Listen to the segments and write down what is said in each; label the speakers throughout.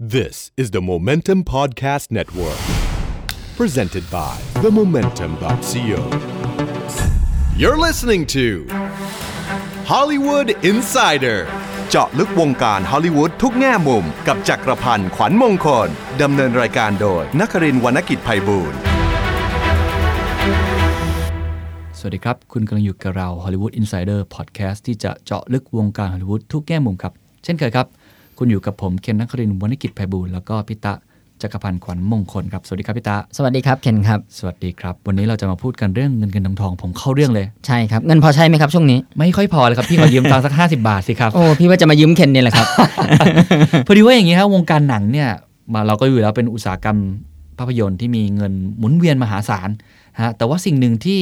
Speaker 1: This is the Momentum Podcast Network, presented by themomentum.co. You're listening to Hollywood Insider เจาะลึกวงการฮอลลีวูดทุกแง่มุม กับจักรพันธ์ขวัญมงคล ดำเนินรายการโดยนักรินทร์วรรณกิจไพบูลย์
Speaker 2: สวัสดีครับ คุณกำลังอยู่กับเรา Hollywood Insider Podcast ที่จะเจาะลึกวงการฮอลลีวูดทุกแง่มุมครับ เช่นเคยครับ คุณอยู่กับผมเคนนักครินทร์วรรณกิจไพบูลย์แล้วก็พิตะจักรพันธ์ขวัญมงคลครับ สวัสดีครับพิตะ
Speaker 3: สวัสดีครับเคนครับ
Speaker 2: สวัสดีครับ วันนี้เราจะมาพูดกันเรื่องเงินเงินทองทองผมเข้าเรื่องเลย
Speaker 3: ใช่ครับ เงินพอใช่ไหมครับช่วงนี้
Speaker 2: ไม่ค่อยพอเลยครับ พี่ขอยืมตังค์สัก 50 บาทสิครับ
Speaker 3: โอ้ พี่ว่าจะมายืมเคนเนี่ย แหละครับ
Speaker 2: พอดีว่าอย่างนี้ครับวงการหนังเนี่ยมาเราก็อยู่แล้วเป็นอุตสาหกรรมภาพยนตร์ที่มีเงินหมุนเวียนมหาศาลฮะแต่ว่าสิ่งหนึ่งที่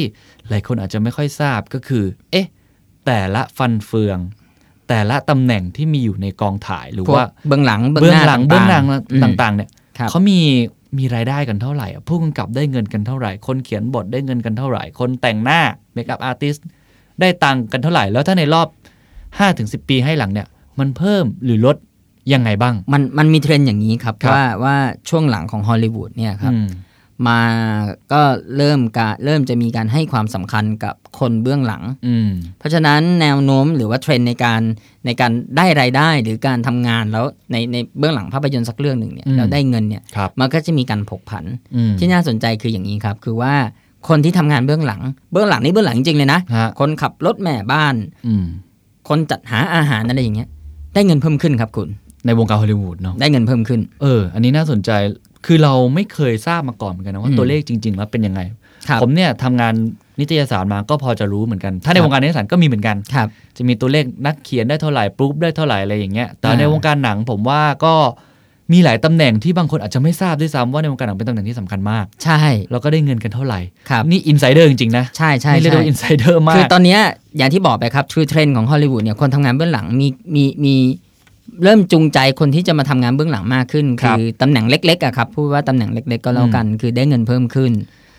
Speaker 2: หลายคนอาจจะไม่ค่อยทราบก็คือ เอ๊ะ แต่ละฟันเฟือง แต่ละตำแหน่งที่มีอยู่ในกองถ่ายหรือ
Speaker 3: พวก
Speaker 2: ว่า
Speaker 3: เบื้องหลัง
Speaker 2: เบื้อง
Speaker 3: น้า
Speaker 2: หลังเบื้องหลัง
Speaker 3: ต่าง
Speaker 2: ต่างๆเนี่ย
Speaker 3: ครับ
Speaker 2: เขามีมีรายได้กันเท่าไหร่อะผู้กำกับได้เงินกันเท่าไหร่ คนเขียนบทได้เงินกันเท่าไหร่ คนแต่งหน้าเมคอัพอาร์ติสได้ตังค์กันเท่าไหร่ แล้วถ้าในรอบ 5-10 ปีให้หลังเนี่ย มันเพิ่มหรือลดยังไงบ้าง
Speaker 3: ๆมันมันมีเทรนด์อย่างนี้ครับ
Speaker 2: ครับ
Speaker 3: ว่าว่าช่วงหลังของฮอลลีวูดเนี่ยครับ
Speaker 2: อืม
Speaker 3: มาก็เริ่มการเริ่มจะมีการให้ความสำคัญกับคนเบื้องหลัง
Speaker 2: อืม
Speaker 3: เพราะฉะนั้นแนวโน้มหรือว่าเทรนด์ในการในการได้รายได้หรือการทำงานแล้วในในเบื้องหลังภาพยนตร์สักเรื่องหนึ่งเนี่ย
Speaker 2: อืม
Speaker 3: แล้วได้เงินเนี่ย
Speaker 2: ครับ
Speaker 3: มันก็จะมีการผกผัน
Speaker 2: อืม
Speaker 3: ที่น่าสนใจคืออย่างนี้ครับ คือว่าคนที่ทำงานเบื้องหลัง เบื้องหลังนี่เบื้องหลังจริงๆเลยนะ
Speaker 2: ฮะ
Speaker 3: คนขับรถแม่บ้าน
Speaker 2: อืม
Speaker 3: คนจัดหาอาหารอะไรอย่างเงี้ย ได้เงินเพิ่มขึ้นครับคุณ
Speaker 2: ในวงการฮอลลีวูดเนาะ
Speaker 3: ได้เงินเพิ่มขึ้น
Speaker 2: เออ อันนี้น่าสนใจคือเราไม่เคยทราบมาก่อนเหมือนกันนะว่า
Speaker 3: อืม
Speaker 2: ตัวเลขจริง ๆ แล้วเป็นยังไง
Speaker 3: ครับ
Speaker 2: ผมเนี่ยทำงานนิตยสารมาก็พอจะรู้เหมือนกัน ถ้าใน
Speaker 3: ครับ
Speaker 2: วงการนิตยสารก็มีเหมือนกัน
Speaker 3: ครับ
Speaker 2: จะมีตัวเลขนักเขียนได้เท่าไหร่ปรุ๊บได้เท่าไหร่อะไรอย่างเงี้ยแต่
Speaker 3: อ่า
Speaker 2: ในวงการหนังผมว่าก็มีหลายตำแหน่งที่บางคนอาจจะไม่ทราบด้วยซ้ำว่าในวงการหนังเป็นตำแหน่งที่สำคัญมาก
Speaker 3: ใช่
Speaker 2: แล้วก็ได้เงินกันเท่าไหร่
Speaker 3: ครับ
Speaker 2: นี่อินไซเดอร์จริงๆนะ
Speaker 3: ใช่ใช่
Speaker 2: นี่เรียก
Speaker 3: ใช่
Speaker 2: ว่าอินไซเดอร์มา
Speaker 3: คือก ตอนเนี้ยอย่างที่บอกไปครับทรูเทรนของฮอลลีวูดเนี่ยคนทำงานเบื้องหลังมีมีมีเริ่มจูงใจคนที่จะมาทำงานเบื้องหลังมากขึ้น คือตำแหน่งเล็กๆอะครับพูดว่าตำแหน่งเล็ก ๆ ก็แล้วกัน คือได้เงินเพิ่มขึ้น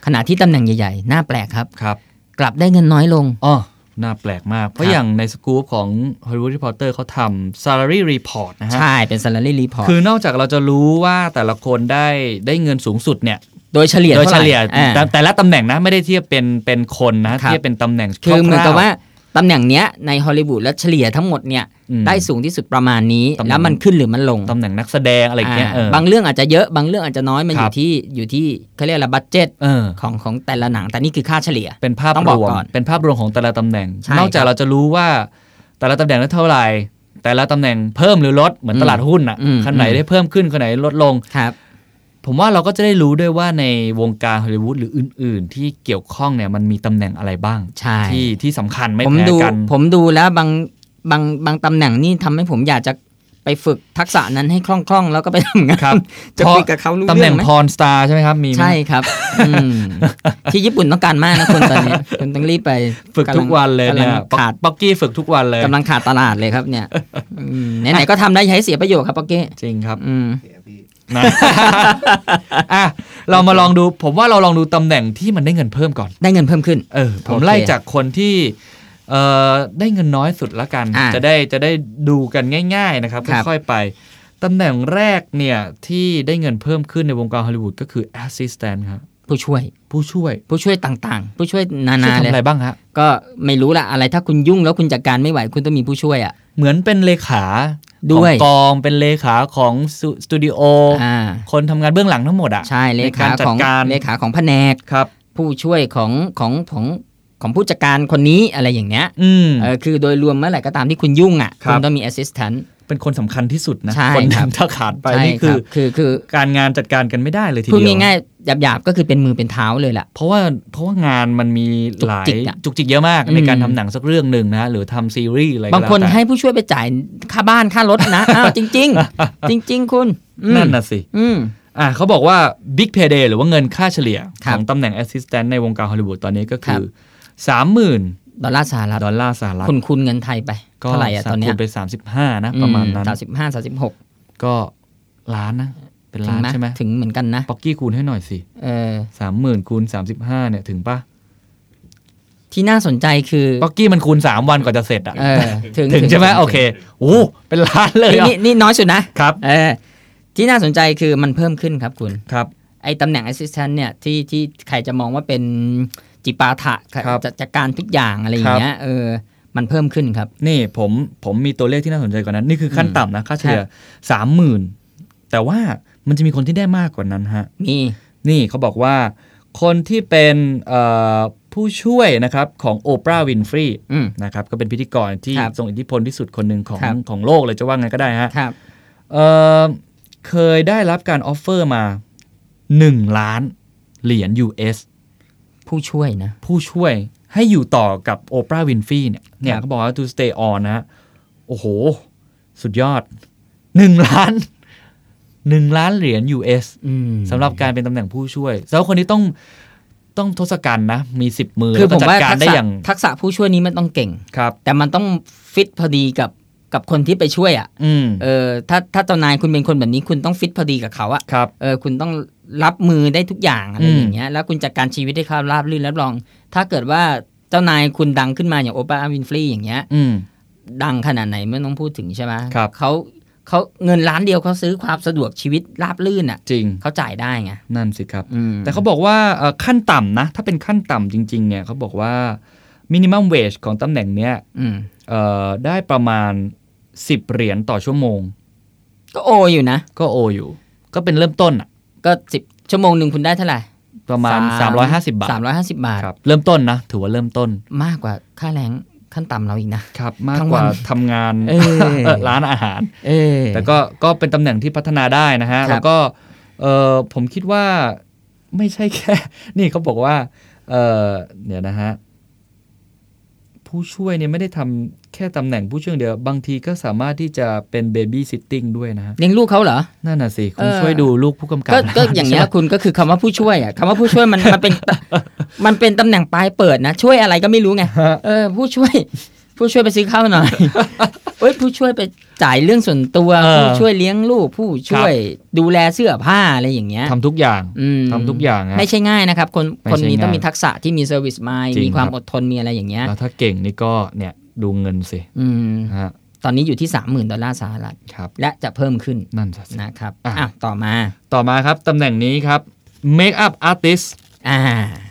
Speaker 3: ขณะที่ตำแหน่งใหญ่ๆน่าแปลกครับ
Speaker 2: ครับ
Speaker 3: กลับได้เงินน้อยลง
Speaker 2: อ๋อ น่าแปลกมาก เพราะ
Speaker 3: ครับ
Speaker 2: อย่างในสกู๊ปของ Hollywood Reporter เขาทำ salary report นะฮะ
Speaker 3: ใช่เป็น salary report
Speaker 2: คือนอกจากเราจะรู้ว่าแต่ละคนได้ได้เงินสูงสุดเนี่ย
Speaker 3: โดยเฉลี่ย
Speaker 2: โดยเฉ
Speaker 3: ท่าไหร่
Speaker 2: ลี่ย
Speaker 3: อ่า
Speaker 2: แต่แต่ละตำแหน่งนะ ไม่ได้เทียบเป็นเป็นคนนะ
Speaker 3: ครับ
Speaker 2: เทียบเป็นตำแหน่ง
Speaker 3: คือเหมือนกับ
Speaker 2: ร่
Speaker 3: ว่าตำแหน่งเนี้ยในฮอลลีวูดและเฉลี่ยทั้งหมดเนี่ย
Speaker 2: อืม
Speaker 3: ได้สูงที่สุดประมาณนี้
Speaker 2: ตำแหน่ง
Speaker 3: แล้วมันขึ้นหรือมันลง
Speaker 2: ๆตำแหน่งนักแสดงอะไรอย่างเงี้ยเออ
Speaker 3: บางเรื่องอาจจะเยอะบางเรื่องอาจจะน้อยมันอ
Speaker 2: ครั
Speaker 3: ยู่
Speaker 2: บ
Speaker 3: ที่อยู่ที่เขาเรียกอะไรบัตเจต
Speaker 2: เออ
Speaker 3: ของของแต่ละหนังแต่นี่คือค่าเฉลี่ย
Speaker 2: เป็นภาพ
Speaker 3: ต้อง
Speaker 2: ร
Speaker 3: บอก
Speaker 2: วม
Speaker 3: ก่อน
Speaker 2: เป็นภาพรวมของแต่ละตำแหน่ง
Speaker 3: ใช่
Speaker 2: นอกจา
Speaker 3: ค
Speaker 2: ก
Speaker 3: รับ
Speaker 2: เราจะรู้ว่าแต่ละตำแหน่งนั้นเท่าไหร่ แต่ละตำแหน่งเพิ่มหรือลดเหมือนตลาดหุ้นอ่ะ
Speaker 3: อืม
Speaker 2: คันไหน
Speaker 3: อืม
Speaker 2: ได้เพิ่มขึ้นคันไหนลดลง
Speaker 3: ครับ
Speaker 2: ผมว่าเราก็จะได้รู้ด้วยว่าในวงการฮอลลีวูดหรืออื่น ๆ ที่เกี่ยวข้องเนี่ยมันมีตำแหน่งอะไรบ้าง
Speaker 3: ใช่
Speaker 2: ที่ที่สำคัญไม่
Speaker 3: ผม
Speaker 2: แพ้
Speaker 3: ดู
Speaker 2: กัน
Speaker 3: ผมดูแล้วบางบางบางตำแหน่งนี่ทำให้ผมอยากจะไปฝึกทักษะนั้นให้คล่องๆ แล้วก็ไปทำงาน
Speaker 2: ครับ
Speaker 3: จะคุยกับเขารู้
Speaker 2: ตำแห
Speaker 3: เรื่
Speaker 2: น่
Speaker 3: อง งไหม
Speaker 2: พรสตาร์ใช่ไหมครับ มีไหม
Speaker 3: ใช่ครับอืมที่ญี่ปุ่นต้องการมากนะคนตอนนี้คนต้องรีบไป
Speaker 2: ฝึกทุกวันเลยเนี่ย
Speaker 3: กำงขาด
Speaker 2: ป๊อกกี้ฝึกทุกวันเลย
Speaker 3: กำลังขาดตลาดเลยครับเนี่ยอืมไหนๆก็ทำได้อย่าให้เสียประโยชน์ครับปอกเก้
Speaker 2: จริง ครับ
Speaker 3: อืม
Speaker 2: นะ อ่ะเรามาลองดูผมว่าเราลองดูตำแหน่งที่มันได้เงินเพิ่มก่อน
Speaker 3: ได้เงินเพิ่มขึ้น
Speaker 2: เออผม
Speaker 3: โอเค
Speaker 2: ไล่จากคนที่เอ่อได้เงินน้อยสุดละกัน
Speaker 3: อ่า
Speaker 2: จะได้จะได้ดูกันง่าย ๆ นะครับ
Speaker 3: ครับ
Speaker 2: ค่อยๆไปตำแหน่งแรกเนี่ยที่ได้เงินเพิ่มขึ้นในวงการฮอลลีวูดก็คือ assistant ครับ
Speaker 3: ผู้ช่วย
Speaker 2: ผู้ช่วย
Speaker 3: ผู้ช่วยต่างๆ ผู้ช่วยนา
Speaker 2: ช่วย
Speaker 3: นา
Speaker 2: ทำ
Speaker 3: เล
Speaker 2: อะไร
Speaker 3: ย
Speaker 2: บ้างฮะ
Speaker 3: ก็ไม่รู้ละอะไรถ้าคุณยุ่งแล้วคุณจัดการไม่ไหวคุณต้องมีผู้ช่วยอ่ะ
Speaker 2: เหมือนเป็นเลขา
Speaker 3: ด้วย
Speaker 2: ของกองเป็นเลขาของสสตูดิโอ
Speaker 3: อ่า
Speaker 2: คนทำงานเบื้องหลังทั้งหมดอ่ะ
Speaker 3: ใช่เล
Speaker 2: ใน
Speaker 3: ขา
Speaker 2: การจัด
Speaker 3: ของ
Speaker 2: การ
Speaker 3: เลขาของแผนก
Speaker 2: ครับ
Speaker 3: ผู้ช่วยของของของของผู้จัดการคนนี้อะไรอย่างเนี้ย
Speaker 2: อืม
Speaker 3: เออคือโดยรวมเมื่อไหร่ก็ตามที่คุณยุ่งอ่ะ
Speaker 2: ครับ
Speaker 3: ณต้องมีแอสซิสแตนต์
Speaker 2: เป็นคนสำคัญที่สุดนะ
Speaker 3: ใช่
Speaker 2: คนห
Speaker 3: ครั
Speaker 2: นึ่
Speaker 3: บ
Speaker 2: งถ้าขาดไป
Speaker 3: ใช่
Speaker 2: นี่
Speaker 3: ค
Speaker 2: คื
Speaker 3: รั
Speaker 2: อบ
Speaker 3: คือคือ
Speaker 2: การงานจัดการกันไม่ได้เลยที
Speaker 3: พูด
Speaker 2: เดียว
Speaker 3: ง่ายๆหยาบๆก็คือเป็นมือเป็นเท้าเลยล่ะ
Speaker 2: เพราะว่าเพราะว่างานมันมีหลาย
Speaker 3: จุกจิกอะ
Speaker 2: จุกจิกเยอะมาก
Speaker 3: อืม
Speaker 2: ในการทำหนังสักเรื่องหนึ่งนะ หรือทำซีรีส์อะไรก็
Speaker 3: บางคน
Speaker 2: แล้วแต่
Speaker 3: ให้ผู้ช่วยไปจ่ายค่าบ้านค่ารถนะ อ้าวจริง ๆ จริง ๆ คุณอืม
Speaker 2: นั่นน่ะสิ
Speaker 3: อืม
Speaker 2: อ่ะเขาบอกว่า Big Payday หรือว่าเงินค่าเฉลี่ย
Speaker 3: ครั
Speaker 2: ข
Speaker 3: บ
Speaker 2: องตำแหน่ง Assistant ในวงการฮอลลีวูดตอนนี้ก็คื
Speaker 3: ครั
Speaker 2: อบ สามหมื่น
Speaker 3: ดอลลาร์สหรัฐ
Speaker 2: ดอลลาร์สหรัฐ
Speaker 3: คุณคุณเงินไทยไป
Speaker 2: ก็
Speaker 3: เท่าไหร่อ่ะตอนเนี้
Speaker 2: คูณ
Speaker 3: ย
Speaker 2: ไป 35 นะ ประมาณนั้น
Speaker 3: สามสิบห้าสามสิบหก
Speaker 2: ก็ล้านนะ เป็น
Speaker 3: ถึ
Speaker 2: ล้าง น
Speaker 3: ไหม
Speaker 2: ใช่ไหม
Speaker 3: ถึงเหมือนกันนะ
Speaker 2: ป๊อกกี้คูณให้หน่อยสิ
Speaker 3: เออ
Speaker 2: สามหมื่นคูณสามสิบห้าเนี่ยถึงปะ
Speaker 3: ที่น่าสนใจคือ
Speaker 2: ป๊อกกี้มันคูณสามวันกว่าจะเสร็จอะ
Speaker 3: เออถึง
Speaker 2: ถึงใช่ไหมโอเคโอ้เป็นล้านเลย
Speaker 3: นี่
Speaker 2: อ่ะ
Speaker 3: นี่นี่น้อยสุดนะครับ เออ ที่น่าสนใจคือมันเพิ่มขึ้นครับคุณ
Speaker 2: ครับ
Speaker 3: ไอ้ตำแหน่ง assistant เนี่ยที่ที่ใครจะมองว่าเป็นจิปาถะ
Speaker 2: ครับ
Speaker 3: จะจัดการทุกอย่างอะไรอย่า
Speaker 2: ครับ
Speaker 3: งเงี้ยเออมันเพิ่มขึ้นครับ
Speaker 2: นี่ผมผมมีตัวเลขที่น่าสนใจกว่านั้น นี่คือขั้น
Speaker 3: อืม
Speaker 2: ต่ำนะค่าเฉลี่ยสามหมื่นแต่ว่ามันจะมีคนที่ได้มากกว่านั้นฮะ
Speaker 3: มี
Speaker 2: นี่เขาบอกว่า คนที่เป็นเอ่อผู้ช่วยนะครับของโอปราห์วินฟรี
Speaker 3: อืม
Speaker 2: นะครับก็เป็นพิธีกรที่
Speaker 3: ครับ
Speaker 2: ทรงอิทธิพลที่สุดคนหนึ่งของ
Speaker 3: ครับ
Speaker 2: ของโลกเลยจะว่าไงก็ได้ฮะ
Speaker 3: ครับ
Speaker 2: เอ่อเคยได้รับการออฟเฟอร์มา 1 ล้านเหรียญ US
Speaker 3: ผู้ช่วยนะ
Speaker 2: ผู้ช่วยให้อยู่ต่อกับโอปราห์วินฟรีเนี่ยเนี่ย
Speaker 3: ครับ
Speaker 2: เขาบอกว่า to stay on นะฮะโอ้โห สุดยอด 1 ล้าน 1 ล้านเหรียญ US
Speaker 3: อืม
Speaker 2: สำหรับการเป็นตำแหน่งผู้ช่วยสำหรับคนนี้ต้องต้องทศกัณฐ์นะ มีสิบมือ
Speaker 3: คือผ
Speaker 2: แล้ว
Speaker 3: ม
Speaker 2: ก็จั
Speaker 3: ว่า
Speaker 2: ดการ
Speaker 3: ทัก
Speaker 2: ได้
Speaker 3: ษะ
Speaker 2: อย่าง
Speaker 3: ทักษะผู้ช่วยนี้มันต้องเก่ง
Speaker 2: ครับ
Speaker 3: แต่มันต้องฟิตพอดีกับกับคนที่ไปช่วยอ่ะ
Speaker 2: อืม
Speaker 3: เออถ้าถ้าเจ้านายคุณเป็นคนแบบนี้คุณต้องฟิตพอดีกับเขาอ่ะ
Speaker 2: ครับ
Speaker 3: เออคุณต้องรับมือได้ทุกอย่างอะไร
Speaker 2: อืม
Speaker 3: อย่างเงี้ยแล้วคุณจัดการชีวิตได้ครับราบรื่นรับรอง ถ้าเกิดว่าเจ้านายคุณดังขึ้นมาอย่างโอปราวินฟรีอย่างเงี้ย
Speaker 2: อืม
Speaker 3: ดังขนาดไหนไม่ต้องพูดถึงใช่ไหม
Speaker 2: ครับ
Speaker 3: เขาเขาเงินล้านเดียวเขาซื้อความสะดวกชีวิตราบรื่นอ่ะ
Speaker 2: จริง
Speaker 3: เขาจ่ายได้ไง
Speaker 2: นั่นสิครับ
Speaker 3: อืม
Speaker 2: แต่เขาบอกว่าเอ่อขั้นต่ำนะ ถ้าเป็นขั้นต่ำจริง ๆ เนี่ยเขาบอกว่า minimum wage ของตำแหน่งเนี้ย
Speaker 3: อืม
Speaker 2: เอ่อได้ประมาณ 10 เหรียญต่อชั่วโมง
Speaker 3: ก็โออยู่นะ
Speaker 2: ก็โออยู่ ก็เป็นเริ่มต้นอะ
Speaker 3: ก็สิบชั่วโมงหนึ่งคุณได้เท่าไหร่
Speaker 2: ประมาณ
Speaker 3: สาม
Speaker 2: 350 บาท
Speaker 3: สามร้อยห้าสิบบาท
Speaker 2: ครับเริ่มต้นนะ ถือว่าเริ่มต้น
Speaker 3: มากกว่าค่าแรงขั้นต่ำเราอีกนะ
Speaker 2: ครับมาก
Speaker 3: ทั้ง
Speaker 2: ก
Speaker 3: วั
Speaker 2: ว่าน ทำงาน
Speaker 3: เออ
Speaker 2: เอ่อร้านอาหาร
Speaker 3: เออ
Speaker 2: แต่ก็ก็เป็นตำแหน่งที่พัฒนาได้นะฮะ
Speaker 3: ครับ
Speaker 2: แล้วก็เออผมคิดว่าไม่ใช่แค่ นี่เขาบอกว่าเออเดี๋ยวนะฮะ ผู้ช่วยเนี่ยไม่ได้ทำแค่ตำแหน่งผู้ช่วยอย่างเดียว บางทีก็สามารถที่จะเป็นเบบี้ซิ t ติ้งด้วยนะฮะ
Speaker 3: เลี้ยงลูกเขาเหรอ
Speaker 2: นั่นน่ะสิคง
Speaker 3: เออ
Speaker 2: ช่วยดูลูกผู้กำกับ
Speaker 3: ก็
Speaker 2: นะ
Speaker 3: ก็อย่างเงี้ย คุณก็คือคำว่าผู้ช่วยอ่ะคำว่าผู้ช่วยมันมันเป็น มันเป็นตำแหน่งปลายเปิดนะ ช่วยอะไรก็ไม่รู้ไง
Speaker 2: ฮะ
Speaker 3: เออผู้ช่วย ผู้ช่วยไปซื้อข้าวหน่อย เอ้ยผู้ช่วยไปจ่ายเรื่องส่วนตัว
Speaker 2: เออ
Speaker 3: ผู้ช่วยเลี้ยงลูก ผู้ช่วยดูแลเสื้อผ้าอะไรอย่างเงี้ย
Speaker 2: ทำทุกอย่าง
Speaker 3: อืม
Speaker 2: ทำทุกอย่างฮะ
Speaker 3: ไม่ใช่ง่ายนะครับ คน
Speaker 2: ไม่ใช่
Speaker 3: คนมี
Speaker 2: ง่าย
Speaker 3: ต้องมีทักษะที่มีเซอร์วิสมาย
Speaker 2: จริง
Speaker 3: มีความ
Speaker 2: ครับ
Speaker 3: อดทนมีอะไรอย่างเงี้ย
Speaker 2: แล้วถ้าเก่งนี่ก็เนี่ยดูเงินสิ
Speaker 3: อืม
Speaker 2: ฮะ
Speaker 3: ตอนนี้อยู่ที่ 30,000 ดอลลาร์สหรัฐ
Speaker 2: ครับ
Speaker 3: และจะเพิ่มขึ้น
Speaker 2: นั่นน่ะสิ
Speaker 3: นะครับ
Speaker 2: อ่ะ
Speaker 3: อ่ะต่อมา
Speaker 2: ต่อมาครับตำแหน่งนี้ครับ Make up Artist
Speaker 3: อ่า